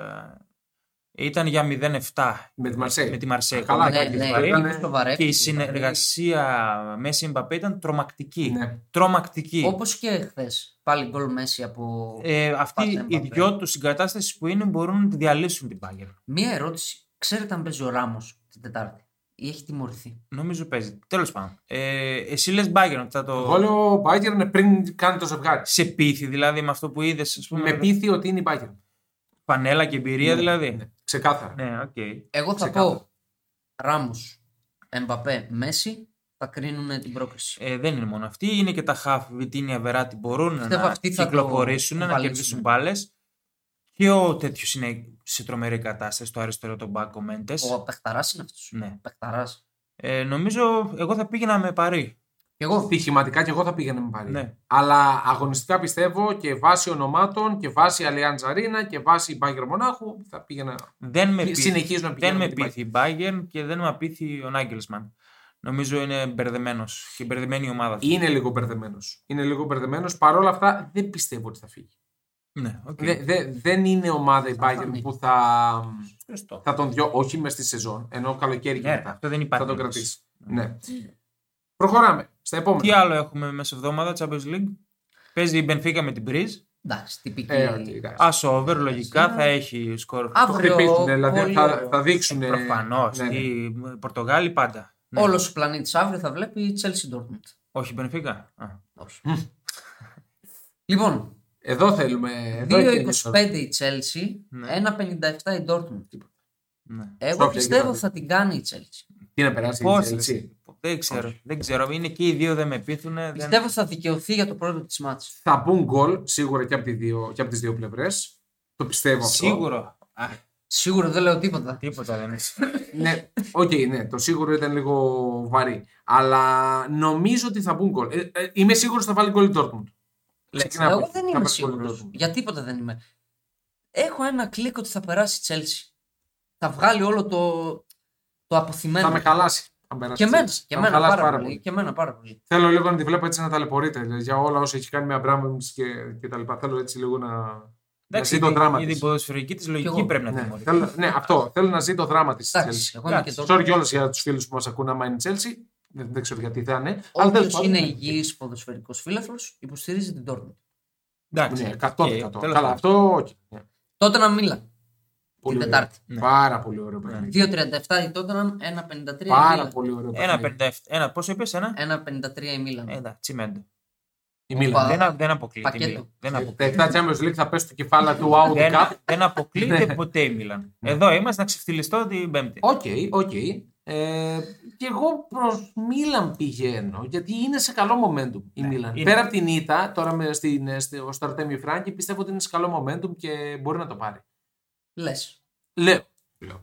Speaker 2: ήταν για 0-7
Speaker 1: με τη Μαρσέη.
Speaker 2: με τη Μαρσέη.
Speaker 1: Καλά,
Speaker 2: ακόμα
Speaker 3: Ναι,
Speaker 1: έκανε
Speaker 2: και
Speaker 1: και
Speaker 2: η
Speaker 1: η
Speaker 3: ναι,
Speaker 1: Παρή.
Speaker 2: Παρή.
Speaker 1: Ήταν-
Speaker 2: Και η συνεργασία Μέση Μπαπέ ήταν τρομακτική.
Speaker 1: Ναι.
Speaker 2: Τρομακτική.
Speaker 3: Όπως και χθες. Πάλι γκολ μέση από.
Speaker 2: Ε, αυτοί
Speaker 3: Πάτε,
Speaker 2: οι
Speaker 3: Mbappé.
Speaker 2: δυο τους συγκατάστασης που είναι μπορούν να τη διαλύσουν την Bayern.
Speaker 3: Μία ερώτηση. Ξέρετε αν παίζει ο Ράμος την Τετάρτη ή έχει τιμωρηθεί.
Speaker 2: Νομίζω παίζει. Τέλος πάντων. Ε, εσύ λες Bayern ότι θα το.
Speaker 1: Εγώ λέω ο Bayern είναι πριν κάνει το ζευγάρι.
Speaker 2: Σε πείθει δηλαδή με αυτό που είδες, ας
Speaker 3: Ναι,
Speaker 2: πούμε.
Speaker 1: Με πείθει ότι είναι η Bayern.
Speaker 2: Πανέλα και εμπειρία δηλαδή.
Speaker 1: Ναι, Ξεκάθαρα.
Speaker 2: Ναι, οκ.
Speaker 3: Εγώ θα
Speaker 1: Ξεκάθαρα.
Speaker 3: πω Ράμο, Εμπαπέ, Μέση θα κρίνουν την πρόκριση.
Speaker 2: Ε, δεν είναι μόνο αυτοί, είναι και τα Χαφ, Βιτίνια, Βεράτη μπορούν
Speaker 3: Πιστεύω
Speaker 2: να
Speaker 3: αυτοί θα το
Speaker 2: κυκλοφορήσουν, να
Speaker 3: κουβαλήσουν.
Speaker 2: κερδίσουν μπάλες. Και ο τέτοιος είναι σε τρομερή κατάσταση, το αριστερό τον Μπάκο Μέντε.
Speaker 3: Ο Πεχταράς είναι αυτός.
Speaker 2: Ναι.
Speaker 3: Πεχταράς.
Speaker 2: Ε, νομίζω εγώ θα πήγαινα με Παρή.
Speaker 3: Και εγώ.
Speaker 1: Στοιχηματικά και εγώ θα πήγαινα με Παρή.
Speaker 2: Ναι.
Speaker 1: Αλλά αγωνιστικά πιστεύω και βάσει ονομάτων και βάσει Allianz Arena και βάσει Bayern Μονάχου θα πήγαινα.
Speaker 2: Δεν με
Speaker 1: Ποι-
Speaker 2: πείθει.
Speaker 1: συνεχίζω να
Speaker 2: Δεν
Speaker 1: πηγαίνω
Speaker 2: με
Speaker 1: με την
Speaker 2: πείθει η Bayern και δεν με απείθει ο Νάγκελσμαν. Νομίζω είναι μπερδεμένος και μπερδεμένη η ομάδα.
Speaker 1: Είναι λίγο μπερδεμένος. Είναι λίγο μπερδεμένος. Παρ' όλα αυτά δεν πιστεύω ότι θα φύγει.
Speaker 2: Ναι, οκ.
Speaker 1: Δε- δε- δεν είναι ομάδα η Bayern
Speaker 3: φανεί.
Speaker 1: που θα,
Speaker 2: Σωστό.
Speaker 1: θα τον διώ, όχι μες στη σεζόν, ενώ καλοκαίρι και
Speaker 2: Ναι,
Speaker 1: μετά.
Speaker 2: αυτό δεν
Speaker 1: Θα
Speaker 2: υπάρχει.
Speaker 1: τον κρατήσει. Ναι. Προχωράμε στα
Speaker 2: Τι
Speaker 1: επόμενα.
Speaker 2: άλλο έχουμε μέσα εβδομάδα, Champions League. Παίζει η Μπενφίκα με την Μπριζ.
Speaker 3: Εντάξει, τυπική.
Speaker 1: Ε, ότι, εντάξει.
Speaker 2: Άσο over, λογικά θα έχει σκορ.
Speaker 1: Το
Speaker 3: Αύριο.
Speaker 1: χτυπήσουν, δηλαδή
Speaker 3: πολύ
Speaker 1: θα,
Speaker 3: ωραίο.
Speaker 1: θα δείξουν.
Speaker 2: Προφανώς.
Speaker 1: ναι, ναι.
Speaker 2: Οι Πορτογάλοι πάντα. Ναι.
Speaker 3: Όλος ο πλανήτης αύριο θα βλέπει η Chelsea Dortmund.
Speaker 2: Όχι, η Μπενφίκα. Α.
Speaker 3: Όχι. λοιπόν,
Speaker 1: Εδώ θέλουμε. εδώ έχει
Speaker 3: 2.25 η Chelsea,
Speaker 2: Ναι.
Speaker 3: 1.57 η Dortmund.
Speaker 2: Ναι.
Speaker 3: Εγώ
Speaker 1: Στόχια,
Speaker 3: πιστεύω
Speaker 1: κοίτα.
Speaker 3: θα την κάνει η Chelsea.
Speaker 1: Τι να περάσει
Speaker 2: Πώς,
Speaker 1: η Chelsea.
Speaker 2: Δεν ξέρω. Δεν ξέρω. Είναι και οι δύο δεν με πείθουν.
Speaker 3: Πιστεύω θα δικαιωθεί για το πρώτο της μάτς.
Speaker 1: Θα μπουν γκολ σίγουρα και από, τη δύο, και από τις δύο πλευρές. Το πιστεύω αυτό.
Speaker 2: Σίγουρο. Α,
Speaker 3: Σίγουρα δεν λέω τίποτα.
Speaker 2: τίποτα δεν είναι.
Speaker 1: Ναι, οκ, ναι, το σίγουρο ήταν λίγο βαρύ. Αλλά νομίζω ότι θα μπουν γκολ. Ε, ε, είμαι σίγουρος ότι θα βάλει γκολ η Dortmund. Ξεκινάμε.
Speaker 3: Εγώ δεν
Speaker 1: Θα
Speaker 3: είμαι
Speaker 1: βάλει γκολ η
Speaker 3: σίγουρο.
Speaker 1: Dortmund.
Speaker 3: Για τίποτα δεν είμαι. Έχω ένα κλικ ότι θα περάσει η Chelsea. Θα βγάλει όλο το, το αποθυμένο.
Speaker 1: Θα με χαλάσει. αν περάσει
Speaker 3: και
Speaker 1: η
Speaker 3: εμένα.
Speaker 1: Chelsea.
Speaker 3: Και
Speaker 1: Θα με
Speaker 3: εμένα
Speaker 1: χαλάσει
Speaker 3: πάρα, πολύ. Και εμένα πάρα πολύ.
Speaker 1: Θέλω λίγο να τη βλέπω έτσι να ταλαιπωρείται δηλαδή, για όλα όσα έχει κάνει με Abramovich και, και τα λοιπά. Θέλω έτσι λίγο να, να ζει το δράμα
Speaker 2: η
Speaker 1: της.
Speaker 2: διποδοσφαιρική τη
Speaker 3: Κι
Speaker 2: λογική
Speaker 3: εγώ.
Speaker 2: πρέπει να
Speaker 1: Ναι,
Speaker 2: τιμωρηθεί.
Speaker 1: θέλω, ναι, αυτό. Θέλω να ζει το δράμα της της
Speaker 3: Εντάξει,
Speaker 1: Chelsea.
Speaker 3: εγώ είμαι και
Speaker 2: Εντάξει,
Speaker 3: τώρα.
Speaker 1: Sorry κιόλας για τους φίλους που μας ακούνε, άμα είναι η Chelsea. Δεν, δεν ξέρω γιατί θα είναι. Αλλά τέλος
Speaker 3: Όποιο
Speaker 1: πάντων,
Speaker 3: είναι
Speaker 1: ναι.
Speaker 3: υγιής ποδοσφαιρικό φίλαθρο, υποστηρίζει την Dortmund.
Speaker 2: Εντάξει.
Speaker 1: Ναι,
Speaker 2: οκ,
Speaker 1: 100%.
Speaker 3: Ε,
Speaker 2: τέλος
Speaker 1: Καλά,
Speaker 2: πάντων.
Speaker 1: αυτό. όχι. Ναι.
Speaker 3: Τότε να μίλα.
Speaker 1: Πολύ ωραίο.
Speaker 3: Τετάρτη.
Speaker 2: Ναι.
Speaker 1: Πάρα πολύ ωραίο παιχνίδι.
Speaker 3: 2.37 η Tottenham, 1.53 η
Speaker 1: Πάρα
Speaker 3: Μίλαν.
Speaker 1: πολύ ωραίο
Speaker 2: Ένα
Speaker 1: παιχνίδι.
Speaker 2: 57. Ένα, πόσο είπες, ένα.
Speaker 3: 1.53 η
Speaker 1: Ε,
Speaker 3: Μίλαν.
Speaker 2: Ένα, τσιμέντο.
Speaker 1: Η Μίλαν.
Speaker 3: Οπα.
Speaker 2: Δεν, δεν αποκλείεται. η
Speaker 3: Πακέτο.
Speaker 2: Μίλαν. Δεν, απο-
Speaker 1: Τα 7 Champions League θα πέσει το κεφάλαιο του Audi
Speaker 3: Ναι,
Speaker 2: δεν,
Speaker 1: Cup.
Speaker 2: δεν αποκλείεται ποτέ η Μίλαν. Εδώ είμαστε να ξεφτυλιστώ την Πέμπτη.
Speaker 1: Οκ, οκ. Ε, και εγώ προς Μίλαν πηγαίνω, γιατί είναι σε καλό momentum η Μίλαν.
Speaker 2: Ναι, είναι.
Speaker 1: Πέρα από την ήττα, τώρα με, στην, ε, στο, στο Αρτέμι Φράγκη, πιστεύω ότι είναι σε καλό momentum και μπορεί να το πάρει.
Speaker 3: Λες.
Speaker 1: Λέω.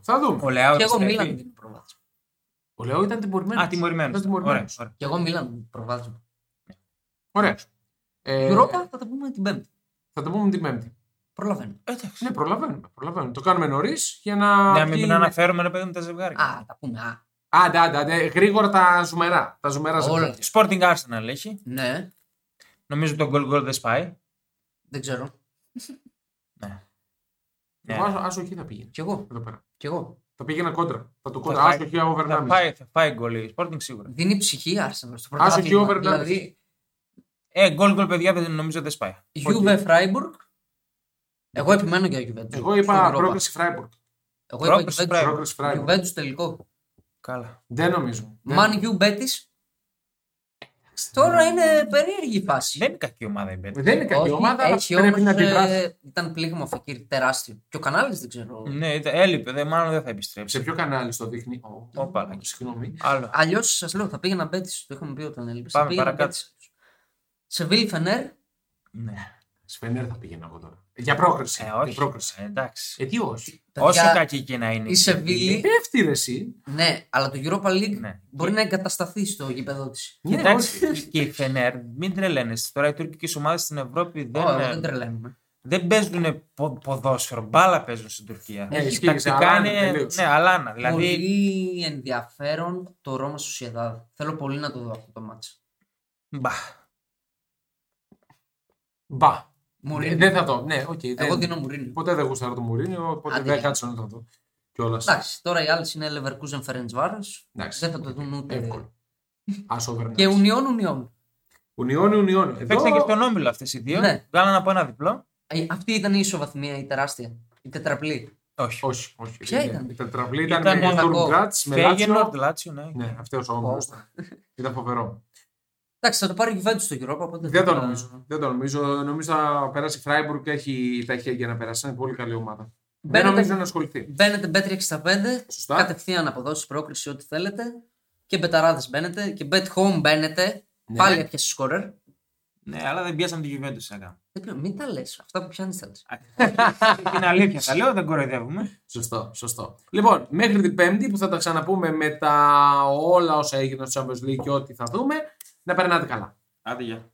Speaker 1: Θα δούμε.
Speaker 2: Ο Λεάο
Speaker 3: Και εγώ
Speaker 2: επιστρέφει.
Speaker 3: Μίλαν την προβάδισμα.
Speaker 1: Ο Λεό ήταν τιμωρημένος.
Speaker 2: Α, τιμωρημένος.
Speaker 1: Ήταν τιμωρημένος.
Speaker 2: Ωραία, ωραία.
Speaker 3: Και εγώ Μίλαν την προβάδισμα.
Speaker 1: Ωραία. Ε,
Speaker 3: Europa θα τα πούμε την Πέμπτη.
Speaker 1: Θα το πούμε την Πέμπτη.
Speaker 3: Προλαβαίνω.
Speaker 2: Εντάξει.
Speaker 1: Ναι, προλαβαίνουμε. προλαβαίνουμε. Το κάνουμε νωρίς για να.
Speaker 2: Να
Speaker 1: βγει-
Speaker 2: Ναι, μην αναφέρουμε ρε παιδί μου τα ζευγάρια.
Speaker 3: Α, τα πούμε. Α,
Speaker 1: Άντε, άντε, άντε, γρήγορα τα ζουμερά. Τα ζουμερά
Speaker 3: όλα.
Speaker 1: ζευγάρια.
Speaker 2: Sporting Arsenal έχει.
Speaker 3: Ναι,
Speaker 2: Νομίζω το goal goal δεν σπάει.
Speaker 3: δεν ξέρω.
Speaker 2: Ναι. Ε,
Speaker 1: Εγώ άσο- Άσο εκεί θα πήγαινε.
Speaker 3: Κι εγώ.
Speaker 1: Εδώ πέρα.
Speaker 3: Κι εγώ.
Speaker 1: Θα πήγαινα κόντρα. Θα το κόντρα.
Speaker 2: πάει-
Speaker 1: Άσοχη over
Speaker 2: Θα
Speaker 1: 1,5.
Speaker 2: πάει, θα πάει γκολ η Sporting σίγουρα.
Speaker 3: Δίνει ψυχή η Arsenal στο
Speaker 1: Άσο και
Speaker 3: πρωτάθλημα.
Speaker 1: over
Speaker 3: δηλαδή,
Speaker 2: Ε, γκολ γκολ, παιδιά, δεν νομίζω δεν σπάει.
Speaker 3: Juve Freiburg. Εγώ επιμένω για Juventus.
Speaker 1: Εγώ
Speaker 3: στον
Speaker 1: είπα
Speaker 3: Europa.
Speaker 1: πρόκληση Freiburg.
Speaker 3: Εγώ είπα
Speaker 2: πρόκληση
Speaker 3: Juventus.
Speaker 2: Freiburg.
Speaker 1: Πρόκληση Freiburg. Ναι.
Speaker 3: Juventus τελικό.
Speaker 2: Καλά.
Speaker 1: Δεν νομίζω. Δεν-
Speaker 3: Man U Betis. Τώρα είναι περίεργη η φάση.
Speaker 2: Δεν είναι κακή ομάδα η Betis.
Speaker 1: Δεν είναι κακή
Speaker 3: Όχι,
Speaker 1: ομάδα, αλλά
Speaker 3: έχει
Speaker 1: πρέπει να
Speaker 3: όμως,
Speaker 1: αντιδράσει.
Speaker 3: ε, Ήταν πλήγμα φακύρ τεράστιο. Και ο κανάλι δεν ξέρω.
Speaker 2: Ναι, ήταν- έλειπε, δε, μάλλον δεν θα
Speaker 1: Σε
Speaker 2: επιστρέψει.
Speaker 1: ποιο κανάλι στο δείχνει. Ω,
Speaker 2: Όπα.
Speaker 1: Συγγνώμη.
Speaker 2: Άλλο.
Speaker 3: Αλλιώς σας λέω, θα πήγαινα Betis. Το είχαμε πει όταν έλειπε.
Speaker 2: Πάμε παρακάτω.
Speaker 3: Σε Βίλ Φενέρ.
Speaker 2: Ναι.
Speaker 1: Σφενέρ θα πήγαινα εγώ τώρα. Για πρόκριση.
Speaker 2: Ε,
Speaker 1: Για
Speaker 2: όχι.
Speaker 1: πρόκριση.
Speaker 2: Ε, εντάξει.
Speaker 1: Ε, τι όχι.
Speaker 2: Όσο κακή και να είναι.
Speaker 3: Η
Speaker 2: Ε,
Speaker 3: Σεβίλη.
Speaker 1: Δεύτερη εσύ.
Speaker 3: Ναι, αλλά το Europa League
Speaker 2: Ναι.
Speaker 3: μπορεί να εγκατασταθεί στο γήπεδο της.
Speaker 1: Ναι, όχι.
Speaker 2: Εντάξει, και η Φενέρ, μην τρελαίνεσαι. Τώρα οι τουρκικές ομάδες στην Ευρώπη
Speaker 1: Ναι,
Speaker 2: δεν,
Speaker 3: Ω, εγώ δεν τρελαίνουμε.
Speaker 2: δεν παίζουν πο- ποδόσφαιρο. Μπάλα παίζουν στην Τουρκία.
Speaker 1: Ε, ισχύει,
Speaker 2: Τακτικά
Speaker 1: αλάνα,
Speaker 2: είναι.
Speaker 1: τελείως.
Speaker 2: Ναι, αλάνα. Δηλαδή.
Speaker 3: Πολύ ενδιαφέρον το Ρώμα Sociedad. Θέλω πολύ να το δω αυτό το μάτς.
Speaker 2: Μπα.
Speaker 1: Μπα.
Speaker 3: Μουρίνιο.
Speaker 1: Ε, Δεν θα το. Ναι, οκ.
Speaker 3: Εγώ
Speaker 1: δεν-
Speaker 3: δίνω λοιπόν. Μουρίνιο.
Speaker 1: Ποτέ δεν γούσταρα το Μουρίνιο, οπότε
Speaker 3: Άντε,
Speaker 1: δεν
Speaker 3: για.
Speaker 1: κάτσω να το δω. Κιόλας.
Speaker 3: Εντάξει, τώρα οι άλλες είναι Leverkusen Ferencvaros.
Speaker 1: Εντάξει.
Speaker 3: Δεν θα το δουν ούτε.
Speaker 1: Εύκολο. Άσο
Speaker 3: Και
Speaker 1: Βερνάρ.
Speaker 3: Union Union.
Speaker 1: Ουνιώνει, ουνιώνει.
Speaker 2: Παίξαν Ε, και
Speaker 1: Εδώ
Speaker 2: στον Όμιλο αυτές οι δύο.
Speaker 3: Ναι.
Speaker 2: Βγάλαν από ένα διπλό.
Speaker 3: Ε, Αυτή ήταν η ισοβαθμία, η τεράστια. Η τετραπλή.
Speaker 2: Όχι.
Speaker 1: όχι, όχι.
Speaker 3: Ποια
Speaker 1: Είναι-
Speaker 3: ήταν?
Speaker 1: Η τετραπλή ήταν
Speaker 2: Ήταν
Speaker 1: με
Speaker 3: Μονακό.
Speaker 1: τον Γκράτς, με
Speaker 2: Φέγενορντ,
Speaker 1: Λάτσιο.
Speaker 2: Λάτσιο, ναι.
Speaker 1: Ναι, αυτός ο Όμιλος.
Speaker 2: *laughs*
Speaker 1: Ήταν φοβερό.
Speaker 3: Εντάξει, θα το πάρει η Juventus στο Europa. Οπότε
Speaker 1: Δεν το
Speaker 3: θα-
Speaker 1: νομίζω. Δεν το νομίζω. Νομίζω θα περάσει η Φράιμπουργκ και έχει τα χέρια για να περάσει. Είναι πολύ καλή ομάδα. Δεν
Speaker 3: Μπαίνετε-
Speaker 1: νομίζω να ασχοληθεί.
Speaker 3: Μπαίνετε μπέτρι 65,
Speaker 1: Σωστά.
Speaker 3: κατευθείαν αποδόσει πρόκριση, ό,τι θέλετε. Και μπεταράδες μπαίνετε και bet home μπαίνετε. Πάλι έπιασε σκόρερ.
Speaker 2: Ναι, αλλά δεν πιάσαμε τη Juventus Σάκα.
Speaker 3: Δεν πει- Μην τα λες. Αυτά που πιάνεις τα λες.
Speaker 2: Είναι αλήθεια, θα λέω, δεν κοροϊδεύουμε.
Speaker 1: Σωστό, σωστό. Λοιπόν, μέχρι την Πέμπτη που θα τα ξαναπούμε με τα όλα όσα έγιναν στο Champions League και ό,τι θα δούμε, να περνάτε καλά.
Speaker 2: Άντε, γεια.